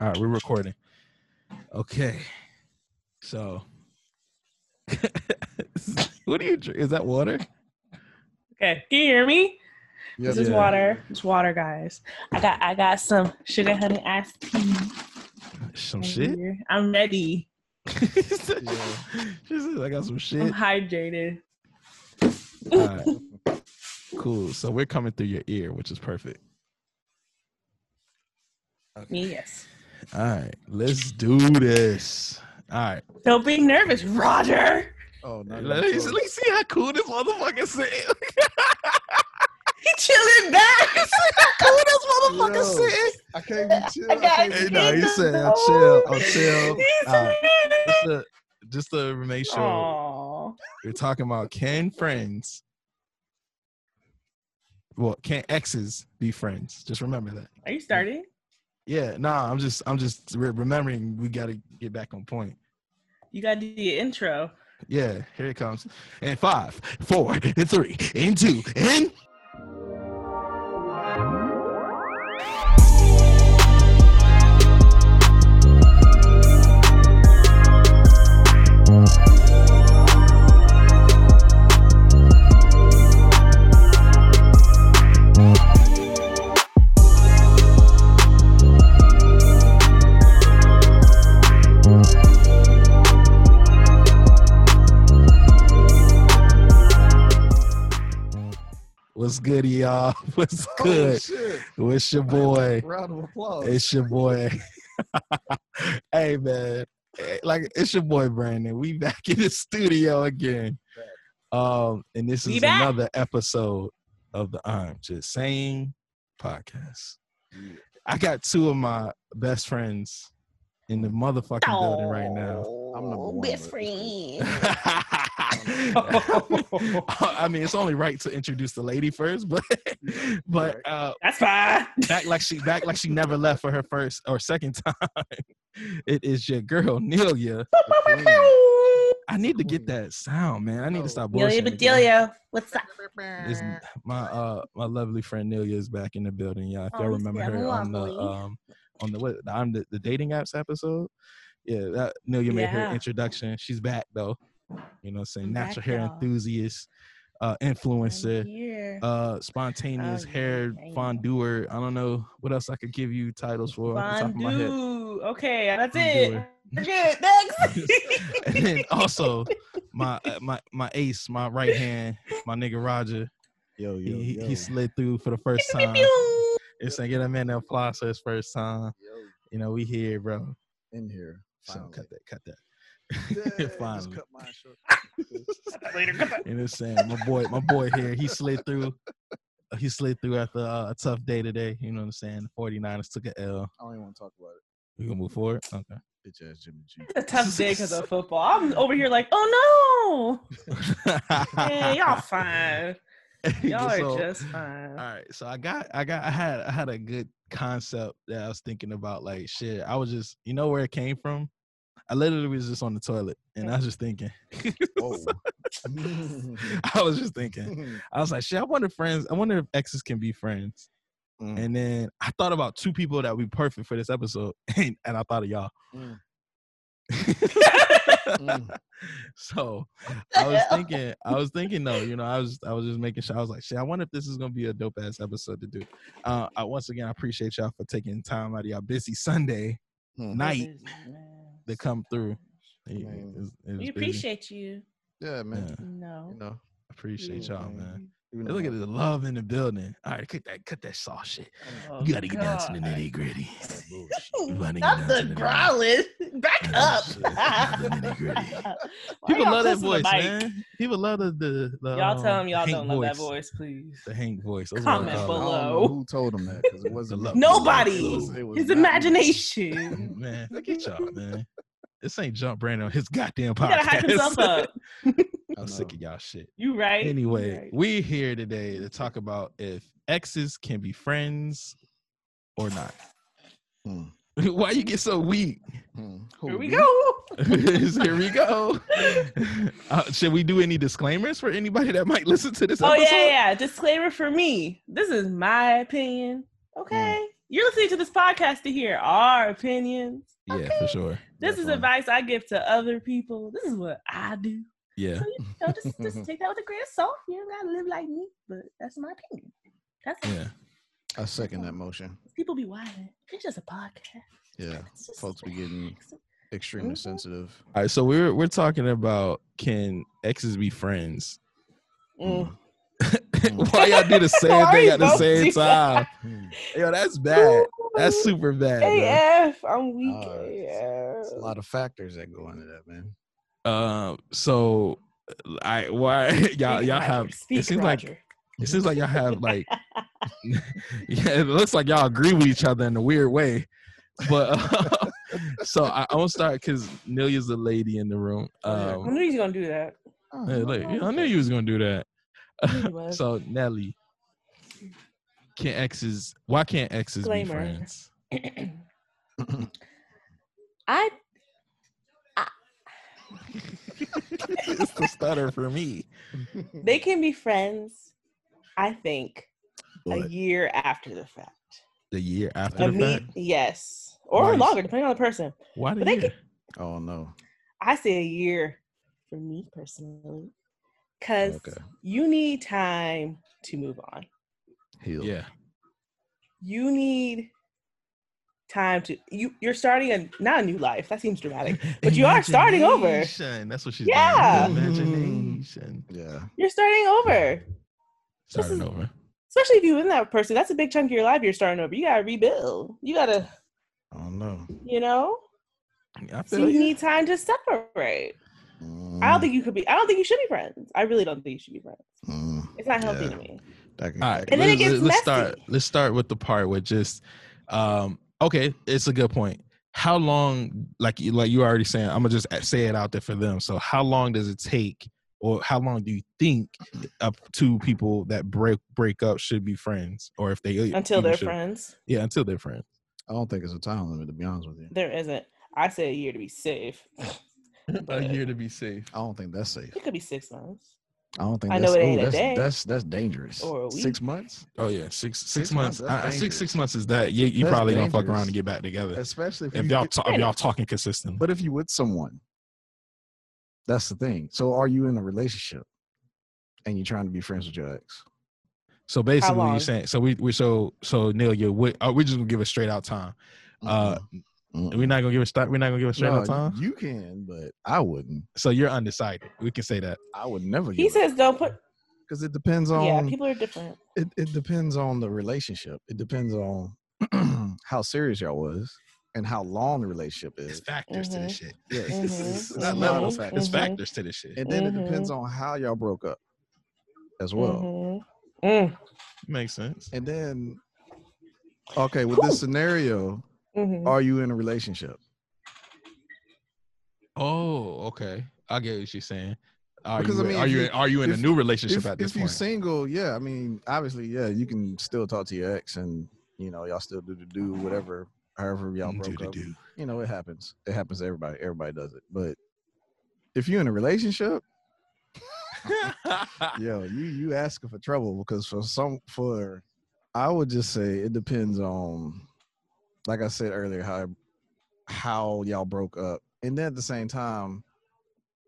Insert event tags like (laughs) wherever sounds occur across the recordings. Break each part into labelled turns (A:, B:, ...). A: All right, we're recording. Okay. So, (laughs) what do you drink? Is that water?
B: Okay, can you hear me?
C: Yes.
B: This is
A: Yeah.
B: water. It's water, guys. I got I got some sugar honey iced tea.
A: Some
B: right
A: Oh, shit? (laughs)
B: here. I'm ready.
A: She said, I got some
B: I'm
A: shit.
B: hydrated.
A: All right. Cool. So, we're coming through your ear, which is perfect.
B: Yes.
A: All right. Let's do this. All right.
B: Don't be nervous, Roger. (laughs)
C: Oh, not
A: Let me, let me see how cool this motherfucker (laughs) sitting.
B: He chilling back. (laughs)
A: cool this motherfucker
C: Yo.
A: sitting.
C: I can't even chill.
B: I
C: (laughs) I
B: got
C: can't
A: Hey,
C: even-
A: no, he
B: Nigga,
A: said,
B: no.
A: I'm chill. I'm
B: (laughs)
A: chill.
B: He's
A: All right.
B: ready.
A: Just to, just to make sure.
B: Aw.
A: We're talking about can friends. Well, can exes be friends? Just remember that.
B: Are you starting?
A: Yeah, nah, I'm just, I'm just re- remembering. We got to get back on point.
B: You gotta do the intro.
A: Yeah, here it comes. And five, four, and three, and two, and. What's good, y'all? (laughs) What's
C: Oh,
A: good?
C: shit.
A: What's your boy?
C: Round of applause.
A: It's your boy. (laughs) hey man, Eh, like it's your boy Brandon. We back in the studio again, um, and this
B: We
A: is
B: back.
A: another episode of the I'm Just Saying podcast.
C: Yeah.
A: I got two of my best friends in the motherfucking building right now.
C: I'm number one,
B: Best
C: but-
B: friend. Oh.
A: (laughs)
B: (laughs)
A: I mean, it's only right to introduce the lady first, but (laughs) but uh,
B: That's fine.
A: back like she back like she never left for her first or second (laughs) time. It is your girl Nelia.
C: The queen.
B: (laughs)
A: I need to get that sound, man. I need to stop
B: Delia
A: bullshitting.
B: Bedelia, what's up?
A: again. This- my uh my lovely friend Nelia is back in the building, y'all. If y'all
B: Oh,
A: remember
B: yeah,
A: her on the
B: lovely.
A: um on the what on the, the dating apps episode. Yeah, that Nelia made her
B: Yeah.
A: introduction. She's back though. You know, what I'm saying
B: I'm back,
A: natural hair
B: y'all.
A: enthusiast, uh influencer
B: Here.
A: uh spontaneous
B: Oh, yeah,
A: hair
B: yeah.
A: fondeur. I don't know what else I could give you titles for oh, off the top of my head.
B: Fondue. Okay, that's
A: Fondue.
B: it. We're good.
A: (laughs)
B: Next.
A: And then
B: (laughs)
A: also my uh, my my ace, my right hand, my nigga Roger.
C: Yo,
A: He,
C: yo,
A: he-
C: yo.
A: he slid through
B: (laughs)
A: for the first time.
B: Pew.
A: It's like get that man to applause for his first time.
C: Yo,
A: You know, we here, bro.
C: in here.
A: So
C: finally. (laughs)
A: cut that, cut that.
C: Yeah, just
A: Finally.
C: cut mine (laughs) short.
B: Later. Come on.
A: You know what I'm saying? My boy, my boy here, he slid through. He slid through after uh, a tough day today. You know what I'm saying? The 49ers took an L.
C: I don't even want to talk about it.
A: We gonna move forward. Okay.
C: Bitch ass Jimmy G.
B: It's a tough day because of football. I'm over here like, oh no.
A: (laughs)
B: Man, y'all fine. Y'all are
A: So,
B: just
A: All
B: (laughs) fine.
A: right, so I got, I got, I had, I had a good concept that I was thinking about. Like, shit, I was just, you know, where it came from. I literally was just on the toilet, and I was just thinking. (laughs)
C: (laughs) Whoa.
A: I was just
C: (laughs)
A: thinking. I was like, shit, I wonder if friends. I wonder if exes can be friends.
C: Mm.
A: And then I thought about two people that would be perfect for this episode, (laughs) and, and I thought of y'all.
C: Mm.
A: (laughs) so I
B: (laughs)
A: was thinking, I was thinking though, you know, I was I was just making sure. I was like, shit, I wonder if this is gonna be a dope ass episode to do. Uh, I once again I appreciate y'all for taking time out of y'all busy Sunday
B: Mm-hmm.
C: Mm.
A: night to come through. It- it
C: Man.
A: was- it was busy.
B: We appreciate you.
C: Yeah, man.
A: Yeah,
B: No.
C: You know.
A: appreciate
C: Yeah,
A: y'all,
C: man.
B: Mm-hmm.
A: man.
C: You
A: Hey,
C: know
A: Look at the love in the building. All right, cut that, cut that saw shit.
B: Oh,
A: You gotta get down to the
B: God.
A: nitty gritty. (laughs)
C: that bullshit.
A: We wanna get
B: Stop
A: down to
B: the
A: the
B: growling. (laughs) Back up.
A: nitty-gritty.
B: (laughs) Why
A: People
B: y'all
A: love that
B: cussing the
A: voice,
B: mic?
A: man. People love the the, the
B: Y'all
A: um,
B: tell them y'all
A: Hank
B: don't love that voice, please.
A: The Hank voice. That's what I
B: Comment
A: call it.
C: I don't
B: below.
C: know who told him that? (laughs) Because it wasn't
A: love-
C: me.
B: Nobody.
C: It was- it was
B: His
C: not
A: (laughs)
C: me.
B: imagination.
A: Man, look at y'all, man. This ain't jump Brandon on his goddamn
B: He
A: podcast.
B: gotta hype himself up.
C: I
A: (laughs) I'm sick
C: know.
A: of y'all shit. (laughs)
B: You right. You
A: Anyway,
B: right.
A: we here today to talk about if exes can be friends or not.
C: Hmm.
A: (laughs) Why you get so weak? (laughs)
C: Hmm.
B: here
C: Who,
B: we
C: me?
B: go.
A: here we go. (laughs) Uh, should we do any disclaimers for anybody that might listen to this
B: Oh
A: episode? Hmm.
B: yeah, yeah. Disclaimer for me. This is my opinion. Okay. You're listening to this podcast to hear our opinions.
A: Yeah, for sure.
B: This is
C: Definitely.
B: advice I give to other people. This is what I do.
A: Yeah.
B: So, you know,
A: (laughs)
B: just, just take that with a grain of salt. You don't gotta live like me, but that's my opinion. That's
A: Yeah.
C: I second that motion.
B: people be wild. It's just a podcast.
C: Yeah,
B: It's just
C: folks be getting extremely
B: Mm-hmm.
C: sensitive.
A: All right. So we're we're talking about can exes be friends?
B: Mm.
A: (laughs) Why y'all do the same
B: Why
A: thing
B: you
A: at the
B: both
A: same
B: do that?
A: time?
C: Hmm,
A: Yo, that's bad. That's super bad. bro. Uh,
B: AF. I'm weak.
C: Oh, It's a
B: AF.
C: lot of factors that go into that, man.
A: Um. So, I why (laughs) y'all
B: Speak,
A: y'all
B: Roger.
A: have
B: Speak,
A: it seems like
B: Roger.
A: it seems like y'all have like (laughs) yeah it looks like y'all agree with each other in a weird way, but (laughs) uh, so I, I won't start because Nilia's the lady in the room.
C: Yeah.
B: I
A: Um,
B: knew he's gonna do (laughs) that.
C: Oh,
A: yeah,
C: no
A: like,
C: problem. (laughs)
A: I knew you was gonna do that.
B: knew you was.
A: so Nelly, can exes why can't exes be
B: Disclaimer.
A: friends? (laughs)
B: (clears throat) I
A: it's the stutter for me.
B: they can be friends. I think a (laughs)
C: But
B: year after the fact.
A: The year after
B: Of
A: the
B: me,
A: fact.
B: yes, or
A: Nice.
B: longer, depending on the person.
A: Why
B: But
A: did
B: they
A: you?
B: can-
C: oh no,
B: I say a year for me personally, because
C: Okay.
B: you need time to move on.
C: heal.
A: Yeah.
B: You need time to you. You're starting a not a new life. That seems dramatic, but you are starting over.
A: Imagination. That's what she's
B: Yeah.
A: doing. Imagination.
C: yeah.
B: You're starting over,
A: Starting
B: is-
A: over.
B: especially if you in that person. That's a big chunk of your life. You're starting over. You gotta rebuild. You gotta,
C: Oh no.
B: you know.
A: I
B: So
A: feel
B: you
A: you.
B: need time to separate. I don't think you could be. I don't think you should be friends. I really don't think you should be friends.
C: Mm,
B: It's not healthy
C: Yeah.
B: to me.
C: that can-
A: All right.
B: And then it
A: let's-
B: gets
A: let's
B: messy.
A: start let's start with the part where just um okay, it's a good point. How long like you like you were already saying, I'm gonna just say it out there for them. So how long does it take or how long do you think up two people that break break up should be friends or if they uh,
B: Until
A: even
B: they're
A: should-
B: friends,
A: Yeah, until they're friends.
C: I don't think it's a time limit to be honest with you.
B: there isn't. I say a year to be safe. (sighs) But
A: to be safe.
C: I don't think that's safe.
B: It could be six months.
C: I don't think
B: I
C: that's,
B: know it
C: ooh,
B: ain't a
C: that's,
B: day.
C: that's that's dangerous.
B: Or a
C: Six months,
A: Oh yeah, six six,
C: Six months,
A: months.
C: that's
A: I, I think
C: dangerous.
A: six months is that you, you
C: That's
A: probably gonna fuck
C: dangerous.
A: around and get back together
C: especially if,
A: if
C: you
A: y'all
C: get-
A: ta- if y'all talking consistently.
C: But if you with someone, that's the thing. So are you in a relationship, and you're trying to be friends with your ex?
A: So basically,
B: long?
A: you're saying so we we so so Neil, you we uh, we just gonna give a straight out time. Uh,
C: Mm-mm.
A: We're not gonna give a start. We're not gonna give a straight
C: No,
A: out time.
C: you can, but I wouldn't.
A: So you're undecided. We can say that.
C: I would never.
B: He says don't put.
C: because it depends on.
B: yeah, people are different.
C: it, it depends on the relationship. It depends on (clears throat) how serious y'all was and how long the relationship
A: It's
C: is.
A: factors to
B: Mhm.
A: this shit.
C: Yes, it's- it's-
B: Mhm,
C: it's a
A: Not
B: mhm,
C: lot
A: levels.
C: of factors.
A: It's
B: mhm.
A: factors to this shit.
C: And then it depends on how y'all broke up as well.
B: Mhm. Mm,
A: Makes sense.
C: And then, okay, with this scenario,
B: mhm.
C: are you in a relationship?
A: Oh, okay. I get what you're saying. Are
C: Because,
A: you
C: I mean,
A: are
C: if
A: you,
C: you-
A: are you in
C: if-
A: a new relationship
C: If,
A: at
C: if
A: this
C: you're
A: point?
C: single, yeah, I mean, obviously, yeah, you can still talk to your ex and, you know, y'all still do the do whatever, however y'all
A: Mm,
C: broke
A: (laughs)
C: up. (laughs)
A: do-do-do.
C: you know, it happens. It happens to everybody. Everybody does it. But if you're in a relationship, yo, you you asking for trouble because for some for I would just say it depends on like I said earlier, how how y'all broke up. And then at the same time,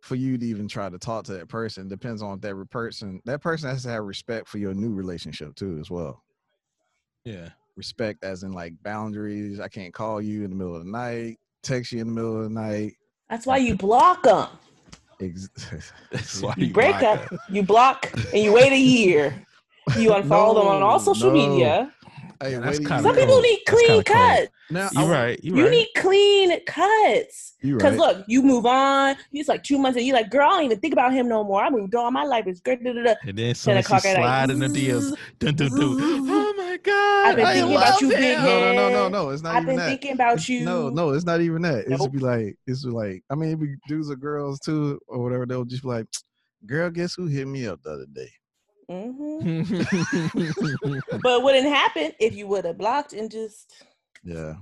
C: for you to even try to talk to that person depends on that re- person. That person has to have respect for your new relationship too, as well.
A: yeah.
C: Respect as in like boundaries. I can't call you in the middle of the night, text you in the middle of the night.
B: That's why you block them.
C: Ex- (laughs)
A: That's why
B: You
A: you
B: break
A: like
B: up,
A: that.
B: you block, and you wait a year. You unfollow them on all
C: (laughs) No,
B: social
C: no.
B: media.
C: Hey,
A: Yeah,
C: wait
A: that's
C: a-
A: kinda
B: Some people
A: cold.
B: need
A: That's
B: clean
A: kinda cold.
B: cuts.
C: Now,
A: You right. You,
B: You
A: right.
B: need clean cuts.
C: You
B: Cause
C: right.
B: look, you move on. It's like two months, and you're like, "Girl, I don't even think about him no more. I moved on. My life is great." Da, da, da.
A: and then
B: Ten
A: soon as she
B: o'clock at
A: slide
B: night.
A: in the DMs.
B: zzz.
A: Dun, dun, dun.
B: Ooh.
A: Oh my god!
B: I've been
A: I
B: thinking about
A: love
B: you, big
A: him.
B: head.
C: no, no, no, no, no. It's not
B: I've
C: even
B: been
C: that.
B: thinking about you.
C: (laughs) No, no, it's not even that. It's
B: Nope.
C: be like, it's be like, I mean, it be dudes or girls too, or whatever. They'll just be like, "Girl, guess who hit me up the other day?"
B: hmm
A: (laughs) Is
B: but it wouldn't happen if you would have blocked and just
C: Yeah,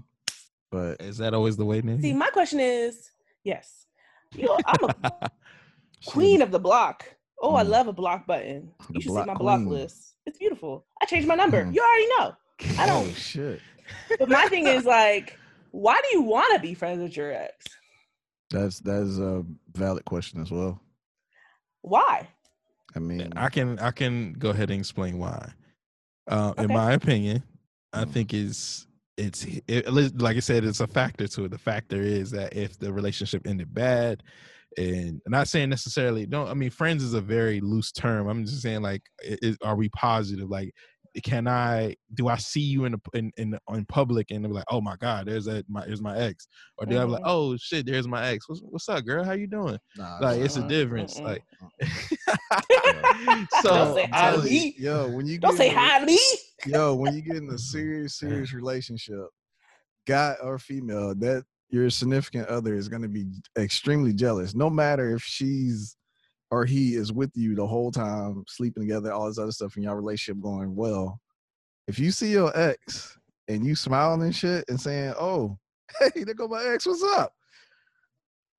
C: but
A: that always the way,
C: Mm-hmm.
B: see.
A: nigga?
B: (laughs) My question is, yes, you know, I'm a
C: (laughs)
B: queen of the block. Oh, I
C: Mm.
B: love a block button.
C: The
B: You should
C: block
B: see my block
C: queen.
B: list. It's beautiful. I changed my number.
C: Mm.
B: You already know. I
C: oh
B: don't.
C: shit,
B: But my
C: (laughs)
B: thing is like, why do you want to be friends with your ex?
C: That's that is a valid question as well.
B: Why?
C: I
B: Mm-hmm.
C: mean,
A: I can I can go ahead and explain why. Uh, In
B: Okay. Mm-hmm.
A: my opinion, I think it's it's it, like I said, it's a factor to it. The factor is that if the relationship ended bad, and I'm not saying necessarily don't. I mean, friends is a very loose term. I'm just saying like, i i- are we positive? Like, can I do I see you in the in in, in public and they're like, oh my god, there's that my there's my ex, or do I be like,
B: Mhm.
A: oh shit, there's my ex. What's what's up, girl? How you doing?
C: nah,
A: Like, it's a
B: Mm-mm,
A: difference.
B: Uh-huh.
A: Like,
B: mm-mm. (laughs) Don't
A: so
B: say
A: I'm telling
B: Ali.
A: you,
C: Yo, when you
B: Don't
C: get
B: say
C: in a-
B: hi, Lee.
C: Yo, when you get in a serious, serious relationship, guy or female, that your significant other is going to be extremely jealous, no matter if she's or he is with you the whole time, sleeping together, all this other stuff, and y'all relationship going well. If you see your ex and you smiling and shit and saying, "Oh, (laughs) hey, there go my ex, what's up?"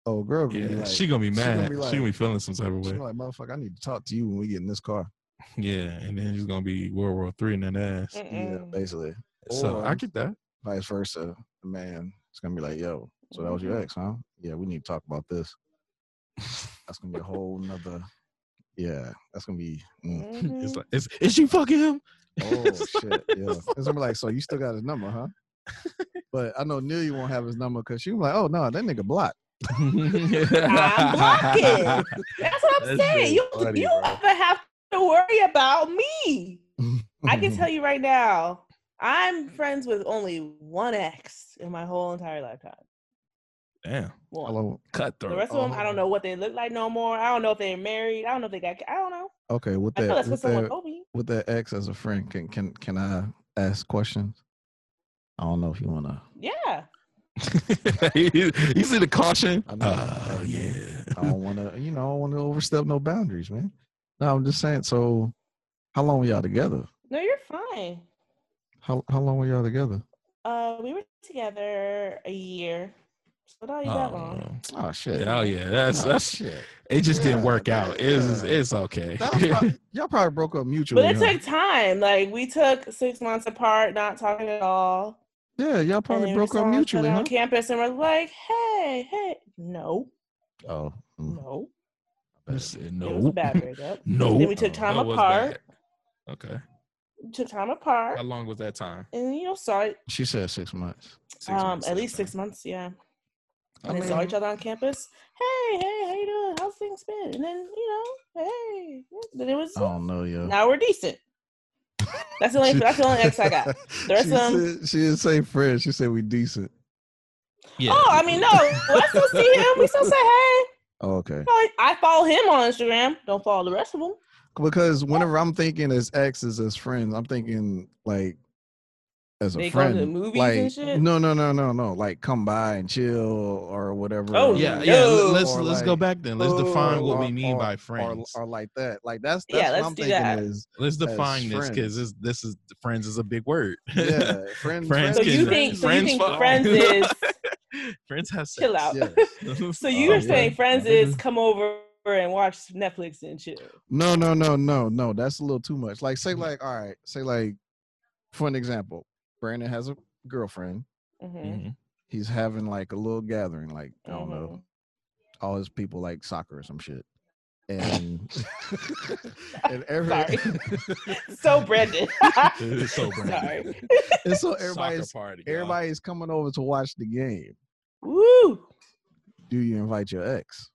C: Oh, girl, gonna be
A: yeah,
C: like,
A: she gonna be
C: she
A: mad.
C: gonna
A: She
C: be
A: gonna be,
C: like-
A: feeling some type of
C: she
A: way.
C: gonna like, motherfucker, I need to talk to you when we get in this car.
A: Yeah, and then she's gonna be World War Three in that ass.
C: Yeah,
B: Mm-mm.
C: basically.
A: So I
C: Or-
A: get that.
C: vice versa, the man it's gonna be like, yo, so that was your
B: Mhm.
C: ex, huh? Yeah, we need to talk about this. That's gonna be a whole nother. Yeah, that's gonna be. mm.
B: Mhm.
A: It's like, is, is she fucking (laughs) him?
C: Oh shit! Yeah, it's gonna be like, so you still got his number,
B: (laughs)
C: huh? But I know Neil, you won't have his number because she was like, oh no, that nigga blocked.
B: I'm blocking. That's what
A: That
B: I'm
A: shit
B: saying. You
A: funny,
B: you
A: bro.
B: don't have to worry about me. I
C: Mm-hmm.
B: can tell you right now, I'm friends with only one ex in my whole entire lifetime.
A: Damn,
B: One.
C: (laughs) Hello.
A: cutthroat.
B: The rest of them, I don't know what they look like no more. I don't know if they're married. I don't know if they got. I don't know.
C: Okay, with
B: I feel
C: that,
B: that's what
C: with
B: someone
C: that,
B: told me.
C: with that ex as a friend, can can can I ask questions? I don't know if you wanna.
B: Yeah.
A: you, (laughs) you see the caution?
C: I know.
A: Oh yeah.
C: I don't want to, you know, I don't want to overstep no boundaries, man. No, I'm just saying. So, how long were y'all together?
B: No, you're fine.
C: How how long were y'all together?
B: Uh, we were together a year, so not even that long.
A: Oh,
C: Oh shit!
A: oh yeah, that's
C: Oh,
A: that's. (laughs)
C: shit.
A: It just didn't
C: Yeah,
A: work out. It's
C: yeah.
A: it's okay.
C: That was prob- y'all probably broke up mutually.
B: But it
C: huh?
B: took time. Like we took six months apart, not talking at all.
C: yeah, y'all
B: And
C: probably
B: then we
C: broke
B: saw
C: up
B: each other
C: mutually, huh?
B: on campus, and we're like, "Hey, hey, no,
C: Oh, mm,
B: no,
A: (laughs) I said,
B: it was a
A: no,
B: bad
C: (laughs)
B: breakup."
A: no.
B: Then we took time
A: That was
B: apart.
A: bad. Okay.
B: We took time apart,
A: How long was that time?
B: and you know, saw it.
C: she said six months.
A: Six
B: Um,
A: months
B: at
A: that
B: least
A: time.
B: six months, yeah.
C: I
B: And they saw
C: mean-
B: each other on campus. Hey, hey, how you doing? How's things been? And then you know, hey, then it was
C: I don't know, yo.
B: now we're decent. That's the only that's the only ex I
C: (laughs)
B: got. The rest
C: she,
B: of 'em-
C: said, she didn't say friends. She said we decent.
A: Yeah.
B: Oh, I mean, no, I still see him. We still say hey.
C: Oh, okay.
B: Like, I follow him on Instagram. Don't follow the rest of them.
C: Because whenever I'm thinking as exes as friends, I'm thinking like as a
B: They go to
C: friend.
B: the movies
C: like,
B: and shit?
C: No, no, no, no, no. Like come by and chill or whatever.
B: Oh,
A: yeah,
B: no.
A: yeah. let- Let's
C: Or
A: let's
C: like-
A: go back then. Let's define what
C: Or-
A: we mean
C: or-
A: by
C: Or,
A: friends.
C: or like that. Like that's, that's
B: Yeah,
C: what
B: let's
C: I'm
B: do
C: thinking
B: that.
C: is
A: let's
C: as
A: define this because this this is friends is a big word. (laughs)
C: yeah, friend,
A: Friends
B: So you
A: can-
B: think so you
A: friends
B: think
A: fuck. (laughs)
B: friends is
A: friends has sex. (laughs)
B: chill out. (laughs)
A: out.
B: So you
C: Oh,
B: were saying
C: yeah.
B: friends is come over and watch Netflix and shit.
C: No, no, no, no, no. That's a little too much. Like
B: Mm-hmm.
C: say like all right, say like for an example, Brandon has a girlfriend.
B: hmm
C: Mm-hmm.
A: Mhm.
C: He's having like a little gathering, like I don't know,
B: Mhm.
A: Mm-hmm.
C: all his people like soccer or
A: (laughs)
C: some shit. And (laughs) and every
B: (laughs)
A: (laughs)
B: So Brandon.
A: It's Mm-hmm. so
B: (laughs) Sorry.
A: Brandon.
C: (laughs) and so
A: Soccer (laughs)
C: everybody's
A: party. y'all.
C: everybody's coming over to watch the game.
B: Woo!
C: Do you invite your ex?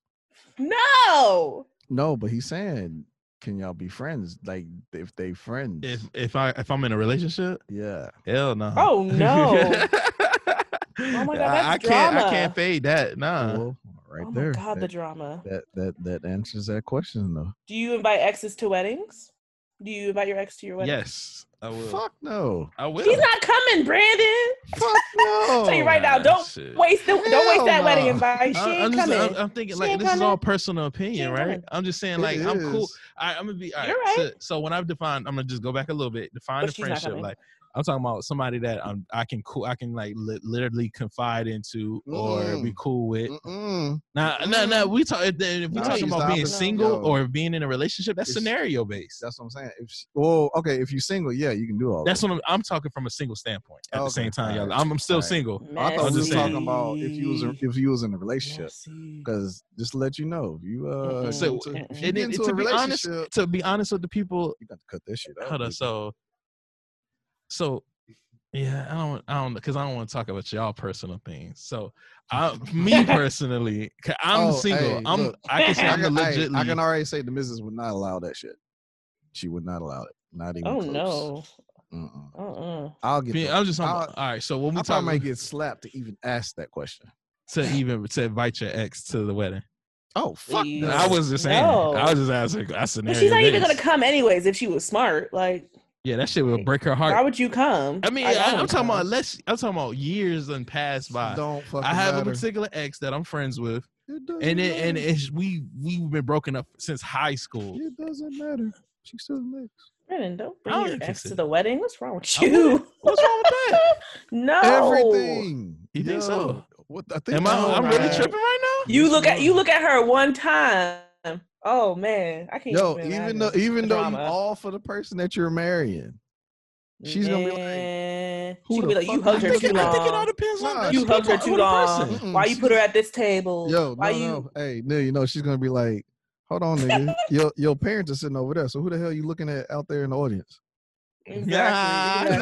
C: Oh.
B: No.
C: No, but he's saying, can y'all be friends? Like if they friends.
A: If if I if I'm in a relationship,
C: yeah.
A: hell no.
B: Oh
A: (laughs)
C: (laughs)
B: no.
A: oh
B: my God,
A: I, I can't
B: that's
A: I
B: drama.
A: can't fade that. Nah.
C: Well, right
B: oh my
C: there.
B: god, the
C: that,
B: drama.
C: that that that answers that question though.
B: Do you invite exes to weddings? Do you invite your ex to your wedding?
A: yes. I will.
C: Fuck no.
A: I will.
B: He's not coming, Brandon.
C: Fuck no.
B: Tell you right now,
A: nah,
B: don't
A: shit.
B: waste the, don't waste
C: Hell
B: that wedding
C: no.
B: invite. She
A: I,
B: ain't
A: am just,
B: coming.
A: I'm, I'm thinking
B: She
A: like
B: ain't
A: this is all
B: coming.
A: personal opinion,
B: ain't
A: right?
B: coming.
A: I'm just saying
C: It
A: like I'm cool.
C: is.
A: I, I'm gonna be. all
B: You're
A: right, so-
B: right.
A: So, when I've defined, I'm gonna just go back a little bit. Define
B: But
A: the
B: she's not
A: friendship.
B: coming.
A: Like I'm talking about somebody that I'm, I can cool, I can like li- literally confide into or
C: Mm-mm.
A: be cool with.
C: Mm-mm.
A: Now, no, no, we talk. If, if we
C: Mm-hmm. Nah,
A: talking
C: it's
A: about
C: the
A: being
C: opposite.
A: single
C: No.
A: or being in a relationship, that's
C: It's-
A: scenario based.
C: That's what I'm saying. If she, well, okay, if you're single, yeah, you can do all
A: That's
C: that.
A: what I'm, I'm talking from a single standpoint. At the
C: Oh. Okay,
A: same time, y'all,
C: alright,
A: I'm, I'm still
C: alright.
A: single.
C: I
A: I'm
C: thought we
A: just
C: was
A: saying.
C: talking about if you was a, if you was in a relationship.
B: Messy.
C: Because just to let you know, if you
B: Mm-mm.
C: uh, so,
A: So,
C: into,
B: and
C: if you
A: And
C: get
A: it-
C: into
A: to
C: a
A: be honest,
C: relationship,
A: to be honest with the people,
C: you got to cut this shit out.
A: hold up.
C: nigga.
A: So, so yeah, I don't, I don't, because I don't want to talk about y'all personal things. So,
C: (laughs)
A: I, me personally, 'cause I'm
C: Oh,
A: single.
C: hey,
A: I'm,
C: look.
A: I can say
C: I
A: I'm
C: can, hey,
A: legitly.
C: I can already say the missus would not allow that shit. She would not allow it. Not even.
B: Oh
C: close.
B: no.
C: Mm-mm.
B: Uh-uh.
C: I'll get.
A: be-
C: the-
A: I'm just talking about-
C: I'll-
A: all right. So when
C: I
A: we
C: probably
A: talk
C: might
A: about
C: get slapped to even ask that question.
A: to
C: (laughs)
A: even to invite your ex to the wedding,
C: Oh fuck!
B: Please.
C: no.
A: I was just saying.
B: No.
A: I was just asking. I scenario.
B: But she's not even
A: based.
B: gonna come anyways if she was smart. Like,
A: Yeah, that shit will break her heart.
B: why would you come?
A: I mean, I,
B: Like,
A: am
B: wouldn't
A: talking about
B: come.
A: less. I'm talking about years and passed by.
C: Don't fucking
A: I have
C: matter.
A: a particular ex that I'm friends with,
C: It doesn't
A: and it, and
C: matter.
A: it's, we we've been broken up since high school.
C: It doesn't matter. She's still the next.
B: Brennan, don't
A: I
B: bring your
A: wouldn't
B: ex to
A: consider-
B: the wedding. What's wrong with
A: I
B: you?
A: What's wrong with that?
B: (laughs) no.
C: Everything.
A: Oh! You think so?
C: Yo, What I think.
A: Am I?
B: Oh,
A: I'm really
B: man.
A: tripping right now.
B: You look at you look at her one time. Oh man, I can't.
C: Yo, even though even
B: The
C: though you
B: drama.
C: all for the person that you're marrying. she's gonna be like,
B: Man.
C: who
B: she gonna
C: the
B: be like, you
C: fuck-
A: I
B: hugged her
A: think,
B: too
A: it, I think it all
B: long.
A: depends on
C: Nah,
A: the-
C: she
B: You
A: who
B: hugged her
A: the
B: too
A: person.
B: long.
C: Mm-mm,
B: Why you
C: she
B: put her
C: gonna-
B: at this table?
C: Yo, no,
B: Why you?
C: no. Hey, no, you know she's gonna be like, "Hold on, nigga.
B: (laughs)
C: your your parents are sitting over there. So who the hell you looking at out there in the audience?"
B: Exactly.
A: Nah,
C: (laughs)
B: exactly.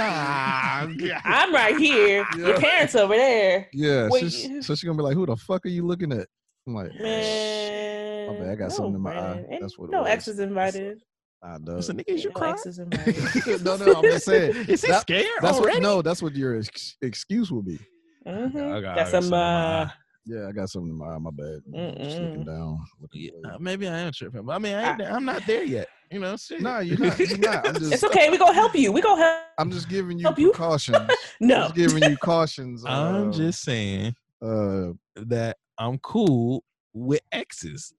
A: nah.
B: I'm right here. Your
C: Yeah.
B: parents over there.
C: Yeah.
B: Wait,
C: she's-
B: you-
C: so she's gonna be like, "Who the fuck are you looking at?" I'm like, "Shit,
B: Man.
C: bad, I got something in my eye.
B: Brandon. Ain't
C: That's what it
B: no
C: was.
B: exes
C: (laughs)
B: invited.
C: I
A: I
C: dug."
A: said, nigga, is you
B: Ain't no
A: crying?
B: exes invited.
C: (laughs) no, (laughs) no, I'm just saying.
A: Is he
C: That-
A: scared
C: That's what,
A: already?
C: no, that's what your ex- excuse will be.
A: I
B: Mhm.
A: got- I got
B: Got
A: something in
B: some.
A: my
B: Uh,
A: eye.
C: Yeah, I got something in my eye. My bad. I'm Just looking
B: Mm-mm.
C: down. Looking
A: Yeah,
C: away.
A: uh, maybe I am tripping, but I mean, I ain't, there- I'm not there yet. You know, shit.
C: Nah, you're not. You're
B: (laughs)
C: not. I'm
B: it's
C: just.
B: okay. We gonna help you. We gonna help.
C: (laughs) I'm just giving you
B: Help you?
C: precautions.
B: (laughs) No.
C: Just giving you cautions.
A: (laughs) I'm
C: uh,
A: just saying
C: uh,
A: that I'm cool with exes.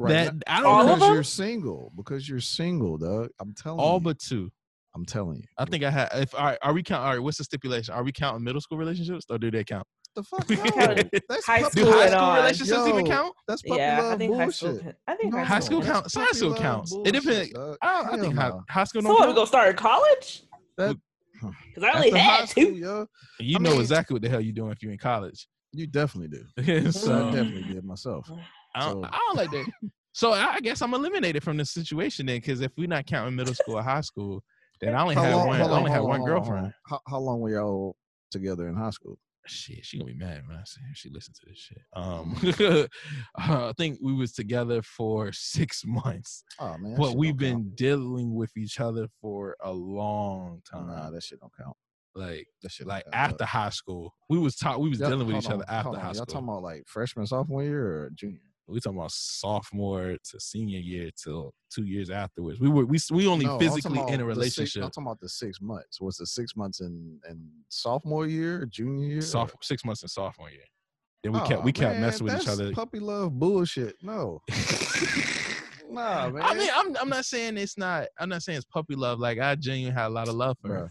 C: right now.
A: that I don't
B: All
A: know
B: of
C: because you're
B: 'em?
C: single. Because you're single, dog. I'm telling
A: all
C: you.
A: but two.
C: I'm telling you.
A: I think I had. If all right, are we count? All right, what's the stipulation? Are we counting middle school relationships or do they count?
C: the
A: (laughs)
C: fuck.
A: High
C: No. That's
B: school
A: Do
B: School
C: puppy,
A: high
B: and
A: school
B: on.
A: relationships even
C: Yo.
A: count?
C: that's puppy
B: Yeah, I
C: love
B: think high
C: bullshit.
B: school. can- I think
C: No,
A: High school
B: can.
A: counts.
C: that's
A: High school
C: puppy love
A: counts. It depends-
C: dog.
A: I, don't, I think high,
C: Hell no.
A: high school
B: So
A: don't
B: what? We
A: count.
B: gonna start at college? (laughs)
C: That-
B: Because I only
C: After high
B: had
C: school,
B: two.
C: yo,
A: You
C: I
A: know
C: mean-
A: exactly what the hell you're doing if you're in college. (laughs)
C: you definitely do. So I
A: so
C: definitely did myself.
A: I don't,
C: So-
A: I don't like
C: (laughs)
A: that. So I I guess I'm eliminated from this situation then, because if we're not counting middle school or high school, then I only
C: How
A: had
C: long-
A: one.
C: hold
A: I
C: on,
A: only had
C: hold on,
A: one
C: hold on, hold on.
A: girlfriend.
C: How, how long were y'all together in high school?
A: Shit, she gonna be mad when I say she listened to this shit. Um, (laughs) I think we was together for six (laughs) months,
C: Oh man, that
A: but
C: shit
A: we've
C: don't count.
A: been dealing with each other for a long time.
C: Nah, that shit don't count.
A: Like,
C: That shit don't
A: like
C: count, dog.
A: after high school, we was taught we was
C: Y'all-
A: dealing with
C: hold
A: each other
C: on,
A: after
C: hold on.
A: high
C: Y'all
A: school.
C: talking about like freshman, sophomore year, or junior?
A: we talking about sophomore to senior year till two years afterwards. We were we s- we only
C: No, I'm talking
A: physically
C: about
A: in a
C: the six-
A: relationship.
C: I'm talking about the six months. Was the six months in in sophomore year, junior year?
A: Soph- six months in sophomore year. Then we
C: Aw,
A: kept we kept
C: man,
A: messing with each
C: that's
A: other. (laughs)
C: Puppy love bullshit. No, nah, man.
A: (laughs) I mean, I'm I'm not saying it's not. I'm not saying it's puppy love. Like I genuinely had a lot of love for her.
C: Bruh,